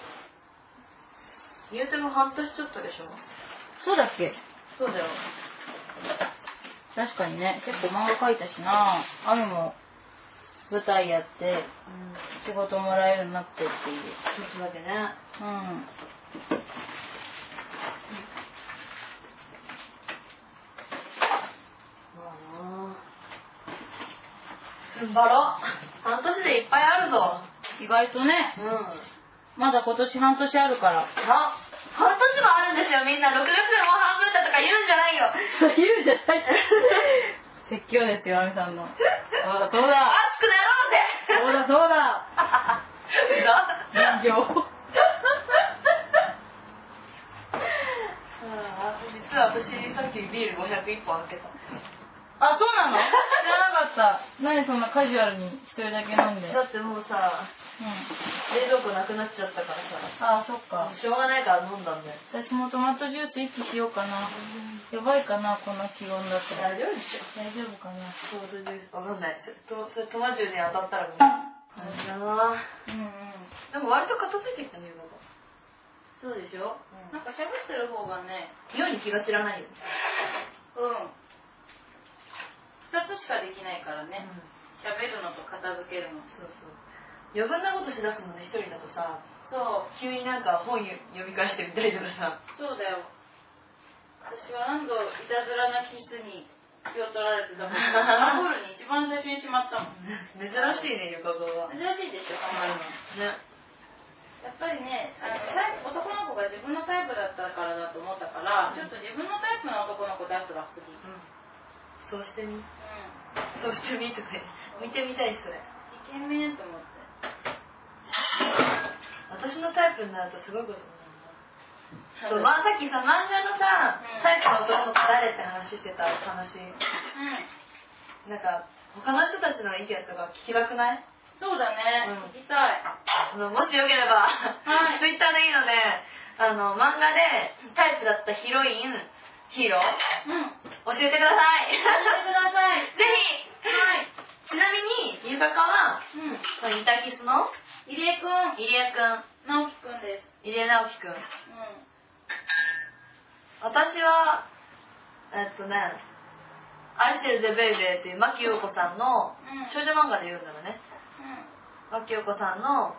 Speaker 1: 言うても半年ちょっとでしょ
Speaker 2: そうだっけ
Speaker 1: そうだよ
Speaker 2: 確かにね結構漫画描いたしな雨も舞台やって
Speaker 1: うん
Speaker 2: 仕事もらえるようになってっていう
Speaker 1: ちょっとだけね
Speaker 2: うん
Speaker 1: まあな踏ん張ろう半年でいっぱいあるぞ
Speaker 2: 意外とね
Speaker 1: うんな
Speaker 2: まだ今年半年あるから
Speaker 1: 半年もあるんですよみんな6月でもう半分だとか言うんじゃないよ
Speaker 2: 言うんじゃない説教ですよ、あみさんの。そうだ、そうだ。
Speaker 1: 熱くなろ
Speaker 2: そうだ、そ
Speaker 1: うぜ
Speaker 2: うだ。
Speaker 1: な
Speaker 2: 人情。
Speaker 1: うん、あ実は私さっきビール501本開けた
Speaker 2: あ、そうなの知らなかった。何そんなカジュアルに一人だけ飲んで。うん
Speaker 1: だ。ってもうさ冷蔵庫なくなっちゃったから
Speaker 2: あ、
Speaker 1: さ
Speaker 2: そっか。
Speaker 1: しょうがないから飲んだんだよ
Speaker 2: 私もトマトジュース一気しようかな。やばいかな、こんな気温だったら。
Speaker 1: 大丈夫でしょ
Speaker 2: 大丈夫かな。
Speaker 1: トマトジュースわかんないとそれトマトに当たったらもう
Speaker 2: うんうん。
Speaker 1: 感じだなでも割と片付いてきたね今そうでしょ、
Speaker 2: な
Speaker 1: なんん
Speaker 2: か
Speaker 1: か
Speaker 2: 喋ってる方がね、
Speaker 1: 妙に気が散らないよね、
Speaker 2: うん。二つしかできないからね。喋るのと片付けるの。
Speaker 1: そうそう余分なことしだすのね一人だとさ
Speaker 2: そう。
Speaker 1: 急になんか本読み返してみたりとかさ
Speaker 2: そうだよ。私は何度いたずらなキスに気を取られてたもん。マンホールに一番最初にしまったもん。
Speaker 1: 珍しいねゆかごは
Speaker 2: 珍しいでしょ、たまに。
Speaker 1: ね
Speaker 2: やっぱりねあのタイプ、男の子が自分のタイプだったからだと思ったから、ちょっと自分のタイプの男の子出すが好き。うん。
Speaker 1: うんそうして
Speaker 2: イ
Speaker 1: みそうしてみとか見てみたいそれ
Speaker 2: ケメンと思って。
Speaker 1: 私のタイプになるとすごいことになるなそう
Speaker 2: うん。
Speaker 1: まあ、さっきさ漫画のさ
Speaker 2: うん
Speaker 1: タイプの男の子誰って話してた話なんか他の人たちの意見とか聞きたくない
Speaker 2: そうだね。
Speaker 1: うん
Speaker 2: 行きたい。
Speaker 1: あのもしよければ、
Speaker 2: はい
Speaker 1: ツイッターでいいのであの漫画でタイプだったヒロインヒーロー
Speaker 2: うん。
Speaker 1: 教えてください
Speaker 2: してください。
Speaker 1: ぜひ
Speaker 2: はい。
Speaker 1: ちなみにゆかかは
Speaker 2: うん。
Speaker 1: イタキスの
Speaker 2: 入江くん、
Speaker 1: 入江くん
Speaker 2: 直樹くんです。
Speaker 1: 入江直樹
Speaker 2: う
Speaker 1: くん
Speaker 2: ん。
Speaker 1: 私はえっとね「愛してるぜベイベー」っていう牧陽子さんの
Speaker 2: うん
Speaker 1: 少女漫画で言うんだろうね
Speaker 2: うん。
Speaker 1: 牧陽子さんの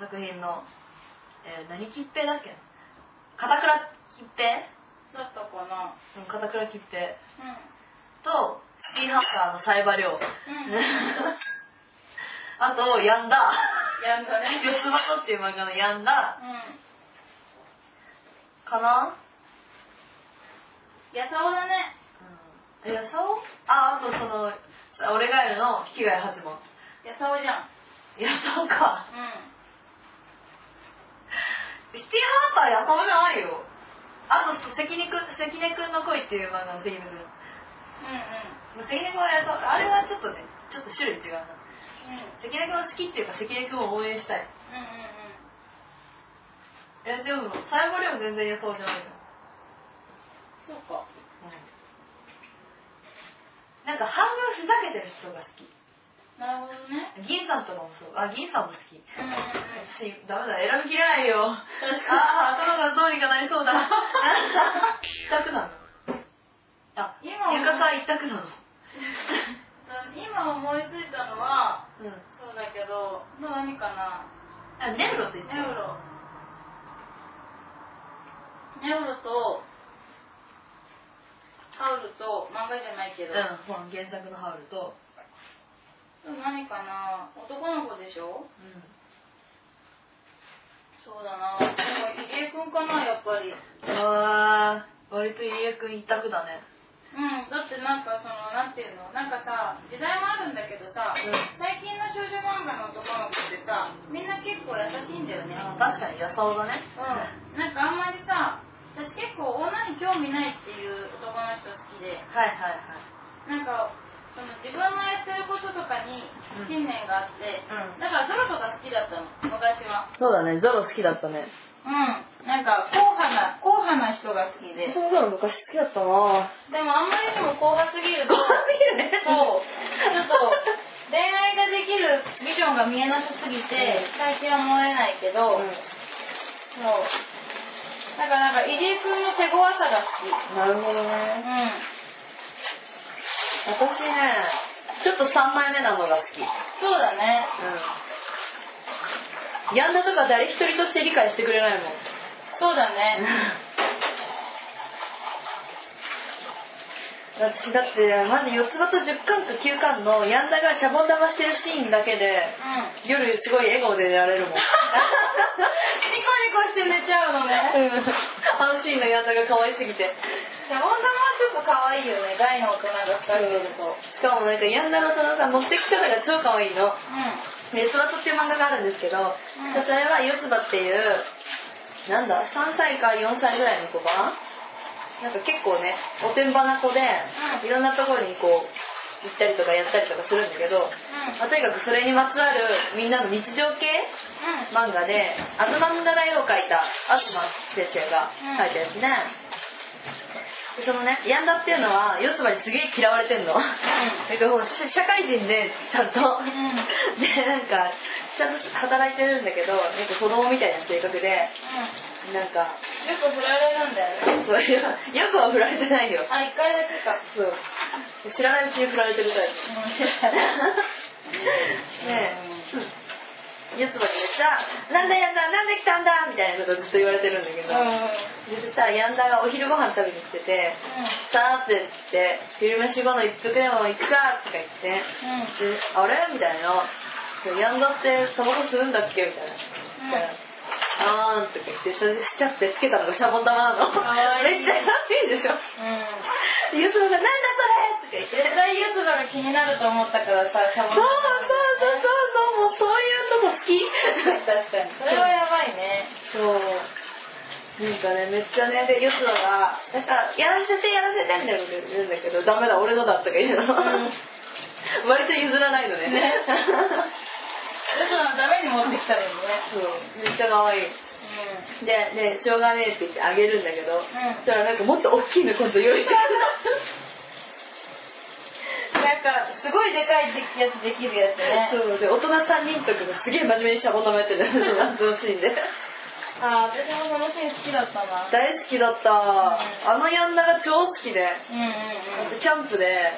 Speaker 1: 作品の、えー何吉平だっけ片倉吉平
Speaker 2: だったかな。
Speaker 1: うん片倉吉平
Speaker 2: う
Speaker 1: とシティーハンターのサイバリョウ
Speaker 2: ん。うん。
Speaker 1: あと「やんだ」
Speaker 2: やんだ
Speaker 1: 「
Speaker 2: ね。
Speaker 1: 四つ葉と」っていう漫画の「やんだ
Speaker 2: うん。」
Speaker 1: かな
Speaker 2: やさおだね。
Speaker 1: うんえやさおああとその「俺ガエル」の「被害八門」
Speaker 2: やさおじゃん。
Speaker 1: やさおか
Speaker 2: う
Speaker 1: シティーハンターやさおじゃないよあと関根くん関根くんの恋っていう漫画の関根くん
Speaker 2: ん。うん
Speaker 1: 関根君はやっぱあれはちょっとねちょっと種類違うな
Speaker 2: うん。うん。
Speaker 1: 関根君は好きっていうか関根君を応援したい
Speaker 2: うんうんうん。
Speaker 1: えでも最後でも全然予想じゃないじゃん、
Speaker 2: そうか。
Speaker 1: なんか半分ふざけてる人が好き
Speaker 2: なるほど ね。
Speaker 1: 銀さんとかもそうあ銀さんも好き
Speaker 2: うんうんうん。
Speaker 1: 私ダメだ選びきれないよああ頭がどうにかなりそうだ一択なのあ
Speaker 2: 今思い
Speaker 1: 床か一択なの
Speaker 2: 今思いついたのは、
Speaker 1: うん
Speaker 2: そうだけど、何かな。
Speaker 1: あネウロって言って
Speaker 2: ネウロ。ネウロと、ハウルと、漫画じゃないけど、
Speaker 1: うん本原作のハウルと
Speaker 2: 何かな。男の子でしょ
Speaker 1: うん
Speaker 2: そうだな。でも入江くんかな、やっぱり。
Speaker 1: あー、割と入江くん一択だね。
Speaker 2: うん、だってなんかそのなんていうのなんかさ時代もあるんだけどさ、
Speaker 1: うん
Speaker 2: 最近の少女漫画の男の子ってさみんな結構優しいんだよね
Speaker 1: あー確かに野草だね。
Speaker 2: うんなんかあんまりさ私結構女に興味ないっていう男の人好きで
Speaker 1: はいはい
Speaker 2: なんかその自分のやってることとかに
Speaker 1: うん
Speaker 2: 信念があって、
Speaker 1: うん
Speaker 2: だからゾロとか好きだったの昔は
Speaker 1: はい。そうだね、ゾロ好きだったね。
Speaker 2: うんなんか硬派な硬派な人が好きで
Speaker 1: 私もゾロ昔好きだったな
Speaker 2: でもあんまりにも硬派すぎ るとそうちょっと恋愛ができるビジョンが見えなさすぎて最近は燃えないけど、 もうだからなんか入江君の手強さが好きうん
Speaker 1: うん。なるほどね。私ね、ちょっと3枚目なのが好き。
Speaker 2: そうだね
Speaker 1: うん。ヤンダとか誰一人として理解してくれないもん。
Speaker 2: そうだ ね
Speaker 1: 私だってまず四つ葉と10巻か9巻のヤンダがシャボン玉してるシーンだけで
Speaker 2: うんニコ
Speaker 1: 夜すごい笑顔で寝られ るもん
Speaker 2: ニコして寝ちゃうのね
Speaker 1: あのシーンのヤンダが可愛すぎて
Speaker 2: シャボン玉はちょっと可愛いよね大の大人が2人いると
Speaker 1: しかもなんかヤンダのそのさ持ってき方が超可愛いの
Speaker 2: う
Speaker 1: 「四つ葉と」っていう漫画があるんですけど、
Speaker 2: うん
Speaker 1: それは四つ葉っていうなんだ3歳か4歳ぐらいの子かななんか結構ねおてんばな子で、
Speaker 2: ん
Speaker 1: いろんなところにこう行ったりとかやったりとかするんだけど、
Speaker 2: ん
Speaker 1: まあとにかくそれにまつわるみんなの日常系
Speaker 2: うん
Speaker 1: 漫画で「アズマンダライ」を描いた東先生が描いたやつね、でそのねヤンダっていうのは四つ葉にすげえ嫌われてんのなんかもうし社会人でちゃんと
Speaker 2: うん
Speaker 1: でなんかちゃんと働いてるんだけどなんか子供みたいな性格
Speaker 2: う
Speaker 1: でなんか
Speaker 2: んよく振られるんだよね
Speaker 1: そういうよくは振られてないよ
Speaker 2: あ一回だけか
Speaker 1: そう知らないうちに振られてるタイプ
Speaker 2: 面白い
Speaker 1: ねえ、四つ葉にめっちゃ「なんだやんだなんで来たんだ」みたいなことずっと言われてるんだけ
Speaker 2: う
Speaker 1: ど、
Speaker 2: んうん
Speaker 1: でそしたらヤンダがお昼ご飯食べに来てて「さーって言って「昼飯後の一服でも行くか」とか言ってで「あれ?」みたいな「ヤンダってタバコ吸うんだっけ?」みたいな。あーんとか言ってそれでスチャってつけたのがシャボン玉なの
Speaker 2: かわいい
Speaker 1: めっちゃ安いでしょでゆずが「なんだそれ!」とか言って
Speaker 2: 絶対ユースが気になると思ったからさ、シャ
Speaker 1: そうそうそうそう
Speaker 2: ボン
Speaker 1: そうもうそういうのも好き
Speaker 2: 確かに。それはやばいね。
Speaker 1: そうなんかねめっちゃねで四つ葉が「なんかやらせてやらせて」みたいなこと言うんだけど「ダメだ俺のだ」とか言うの、割と譲らないのね
Speaker 2: ねユースのために持ってきたのにね。
Speaker 1: そうめっちゃ可愛いででしょうがねえって言ってあげるんだけど、
Speaker 2: ん
Speaker 1: そしたらなんかもっと大きいの今度用意してくれ
Speaker 2: なんか、すごいでかいやつできるやつ
Speaker 1: た
Speaker 2: ね。
Speaker 1: そうで大人3人とかがすげえ真面目にシャボン玉やってる夏のシーンで
Speaker 2: あー、私もそのシーン好きだったな。
Speaker 1: 大好きだった、あのヤンナが超好きで、
Speaker 2: うんうん
Speaker 1: あ
Speaker 2: う
Speaker 1: と
Speaker 2: ん。
Speaker 1: キャンプで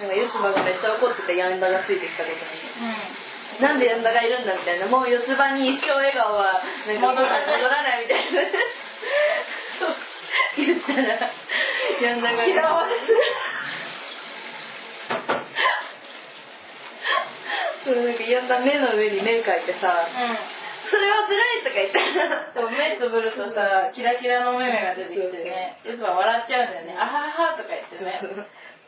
Speaker 1: なんか四つ葉がめっちゃ怒っててヤンダがついてきた時になんでヤンダがいるんだみたいなもう四つ葉に一生笑顔はなんか戻らない戻らないみたいなそう言ったらヤンダが
Speaker 2: 嫌われる
Speaker 1: そうなんかヤンダ目の上に目描いて
Speaker 2: う
Speaker 1: さそれはずるいとか言ったら
Speaker 2: ん。うん。でも目つぶるとさ、キラキラの目が出てきてね。ユースは笑っちゃうんだよね。あははとか言ってね。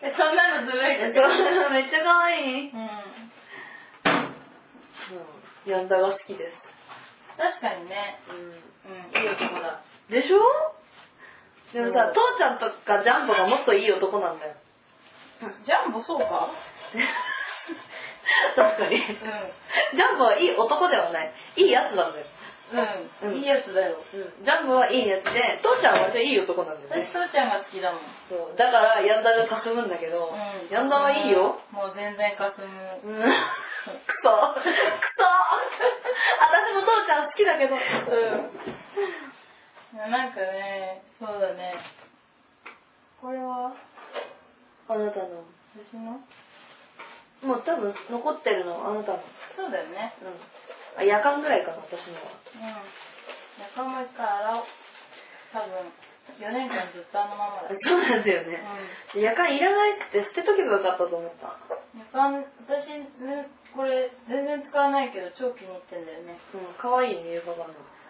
Speaker 2: えそんなのずるいですよ。
Speaker 1: そうめっちゃ可愛
Speaker 2: うん。
Speaker 1: いヤンダが好きです、
Speaker 2: 確かにね。
Speaker 1: う
Speaker 2: うん、いい男だ。
Speaker 1: ん、でしょでもさ、父ちゃんとかジャンボがもっといい男な んだよ
Speaker 2: ジャンボそうか
Speaker 1: 確かに
Speaker 2: うん。う
Speaker 1: ジャンボはいい男ではない。いいやつなんだ
Speaker 2: ん。
Speaker 1: よ。うん
Speaker 2: いいやつだよ。
Speaker 1: ジャンボはいいやつで、父ちゃんは割といい男なんだよ
Speaker 2: 私、
Speaker 1: ね。
Speaker 2: 父ちゃんが好きだもん。
Speaker 1: そうだから、ヤンダがかすむんだけど、
Speaker 2: うん。
Speaker 1: ヤンダはいいよ。
Speaker 2: うん。もう全然かすむ。
Speaker 1: うん。くそ。くそ。私も父ちゃん好きだけど。う
Speaker 2: なんかね、そうだね。これは、
Speaker 1: ん。あなたの。
Speaker 2: 私の
Speaker 1: もう多分残ってるの、あなたの。
Speaker 2: そうだよね。
Speaker 1: うん。あ、夜間ぐらいかな、私のは。
Speaker 2: うん。中もう一回洗おう。多分、4年間ずっとあのままだ。うん。
Speaker 1: そうなんだよね。夜間いらないって捨てとけばよかったと思った。
Speaker 2: 夜間、私、ね、これ、全然使わないけど、超気に入ってんだよね。
Speaker 1: うん、可愛いね、床が。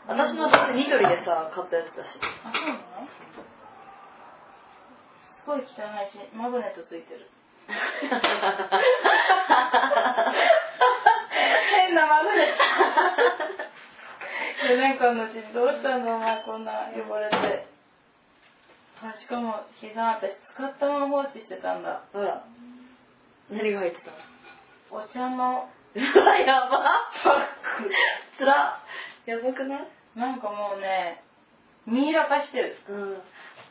Speaker 1: 私のだって緑でさ、買ったやつだし。
Speaker 2: あ、そうなのすごい汚いし、マグネットついてる。変なマグネット。4年間 のうちにどうしたのお前こんな汚れて。あ、しかも、膝私使ったまま放置してたんだ。
Speaker 1: ほら。何が入ってた
Speaker 2: お茶の
Speaker 1: うわ、 や ば
Speaker 2: パック。
Speaker 1: つらやばくない
Speaker 2: なんかもうね、ミイラ化してる。
Speaker 1: うん。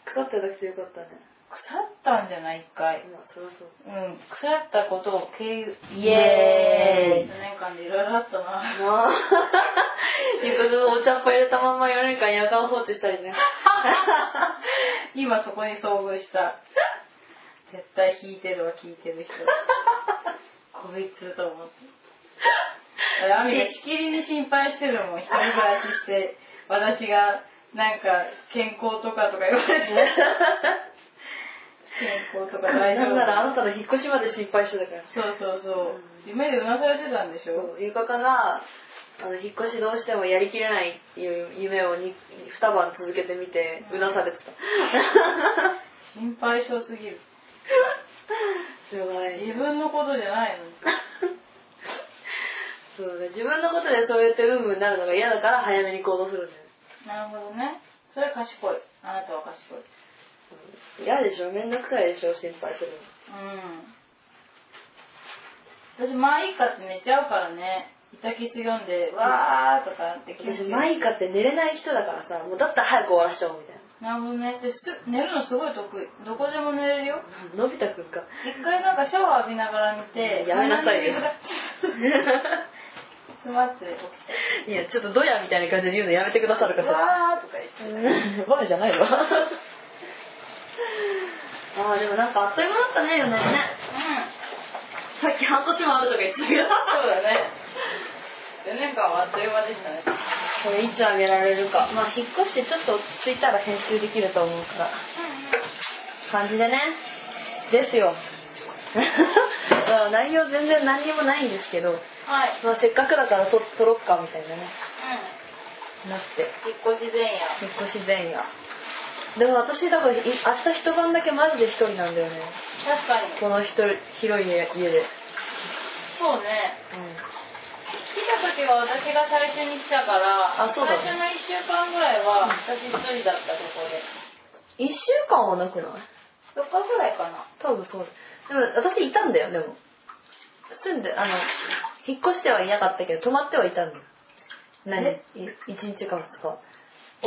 Speaker 1: かかってなくてよかったね。
Speaker 2: 腐ったんじゃない一回。
Speaker 1: 今、取らそう。
Speaker 2: うん、腐ったことを経由。
Speaker 1: イエーイ
Speaker 2: 4年間でいろいろあったな。
Speaker 1: なあ。 ゆくずお茶っ葉入れたまま4年間夜間放置したり ね。
Speaker 2: 今そこに遭遇した。絶対弾いてるわ、聞いてる 人。こいつと思って。あれ、がしきりに心配してるもん。一人暮らしして、私が、なんか、健康とかとか言われて。健康とか大丈
Speaker 1: な
Speaker 2: 夫
Speaker 1: んならあなたの引っ越しまで心配してたから。
Speaker 2: そうそうそう。
Speaker 1: うん
Speaker 2: 夢でうなされてたんでしょ
Speaker 1: ゆかかが、あの、引っ越しどうしてもやりきれないっていう夢をに二晩続けてみて、うなされてた。
Speaker 2: 心配性すぎる。
Speaker 1: しょうがない。
Speaker 2: 自分のことじゃないのに。
Speaker 1: そうね、自分のことでそうやってうんうんになるのが嫌だから早めに行動するんだよね。
Speaker 2: なるほどね。それは賢い。あなたは賢い。
Speaker 1: うん嫌でしょ、めんどくさいでしょ、心配するの。
Speaker 2: うん。私、マイカって寝ちゃうからね。イタキス読んで、わーとかって
Speaker 1: 私、マイカって寝れない人だからさ、もうだったら早く終わらしちゃおうみたい
Speaker 2: なるほどね。です寝るのすごい得意。どこでも寝れるよ。
Speaker 1: な。 のび太くんか。
Speaker 2: 一回なんかシャワー浴びながら見て、
Speaker 1: やめなさ いよ
Speaker 2: こんにちは詰まって起きて。
Speaker 1: いや、ちょっとドヤみたいな感じで言うのやめてくださるかしら。
Speaker 2: わーとか言って。
Speaker 1: うんバカじゃないわ。 ああ、でもなんかあっという間だったね、よ
Speaker 2: うん。
Speaker 1: ね。さっき半年もあるとか言ってたけど。
Speaker 2: そうだね。4年間はあっという間でしたね。
Speaker 1: これいつ上げられるか。まあ、引っ越してちょっと落ち着いたら編集できると思うから。感じでね。ですよ。 まあ内容全然何にもないんですけど、
Speaker 2: はい。
Speaker 1: まあ、せっかくだから撮撮ろっかみたいなね、
Speaker 2: う
Speaker 1: なって。
Speaker 2: ん。引っ越し前夜。
Speaker 1: 引っ越し前夜。でも私、だからい明日一晩だけマジで一人なんだよね。
Speaker 2: 確かに。
Speaker 1: この一人広い家家で。
Speaker 2: そうね。来た時は私が最初に来たから、
Speaker 1: あそうだね
Speaker 2: 最初の1週間ぐらいは私一人だったとこで。
Speaker 1: 一週間はなくない
Speaker 2: 4日ぐらいかな。
Speaker 1: 多分そうだ。でも私いたんだよ、でも。住んで、あの、引っ越してはいなかったけど、泊まってはいたんだよ。何い
Speaker 2: え
Speaker 1: 一日か二日。オ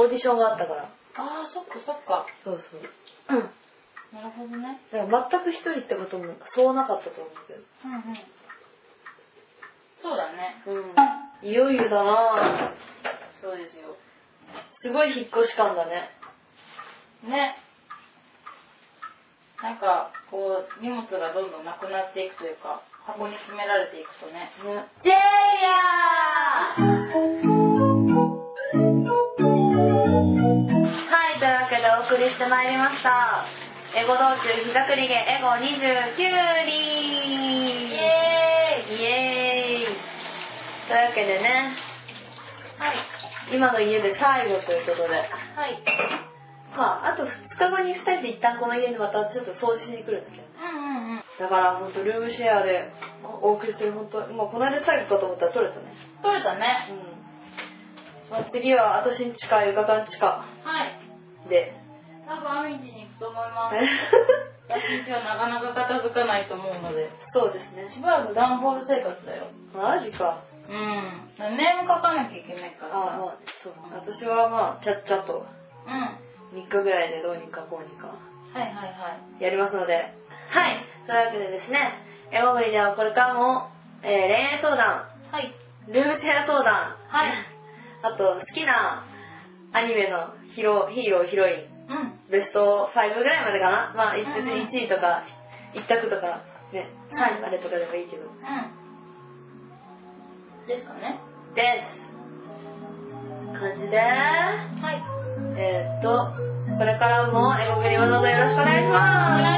Speaker 1: ーディションがあったから。
Speaker 2: ああ、そっかそっか。
Speaker 1: そうそう。うん。だ
Speaker 2: なるほどね。
Speaker 1: から全く一人ってこともそうなかったと思うけど。
Speaker 2: うんうん。そうだね。
Speaker 1: うん。いよいよだなぁ。
Speaker 2: そうですよ。
Speaker 1: すごい引っ越し感だね。
Speaker 2: ね。なんか、こう、荷物がどんどんなくなっていくというか、箱に詰められていくとね。
Speaker 1: ね。
Speaker 2: ジェイヤー
Speaker 1: はい、というわけでお送りしてまいりました。エゴ道中日隠りげエゴ29
Speaker 2: イ
Speaker 1: 里
Speaker 2: エーイ
Speaker 1: イエーイというわけでね、
Speaker 2: はい。
Speaker 1: 今の家で最後ということで、
Speaker 2: はい。
Speaker 1: まあ、あと2日後に2人で一旦この家にまたちょっと掃除しに来るんだけどね。
Speaker 2: うんうんうん。
Speaker 1: だから本当ルームシェアでお送りしてる本当もうこの間最後かと思ったら取れたね。
Speaker 2: 取れたね。
Speaker 1: うん。まあ、次は私んちか床かんちか
Speaker 2: はい。
Speaker 1: で。
Speaker 2: 多分アミンに行くと思います。私今日なかなか片付かないと思うので。
Speaker 1: そうですね。
Speaker 2: しばらく段ボール生活だよ。
Speaker 1: マジか。
Speaker 2: うん。年も書かなきゃいけないか
Speaker 1: あ
Speaker 2: ら
Speaker 1: まあ、そう。私はまあ、ちゃっちゃと
Speaker 2: う
Speaker 1: 3日ぐらいでどうにかこうにか
Speaker 2: ん。はいはいはい。
Speaker 1: やりますので。はい。そういうわけでですね、エゴブリではこれからも、えー恋愛相談、
Speaker 2: はい。
Speaker 1: ルームシェア相談、
Speaker 2: はい。
Speaker 1: あと好きなアニメのヒロヒーロー、ヒロイン、
Speaker 2: うん。
Speaker 1: ベスト5ぐらいまでかな。まあ、一
Speaker 2: うんうん
Speaker 1: 1位とか、1択とか、ね、
Speaker 2: うん
Speaker 1: 3位までとかでもいいけど。
Speaker 2: うん。ですかね。
Speaker 1: です。感じで、
Speaker 2: はい。
Speaker 1: えーっと、これからもエゴブリをどうぞよろしくお願いします。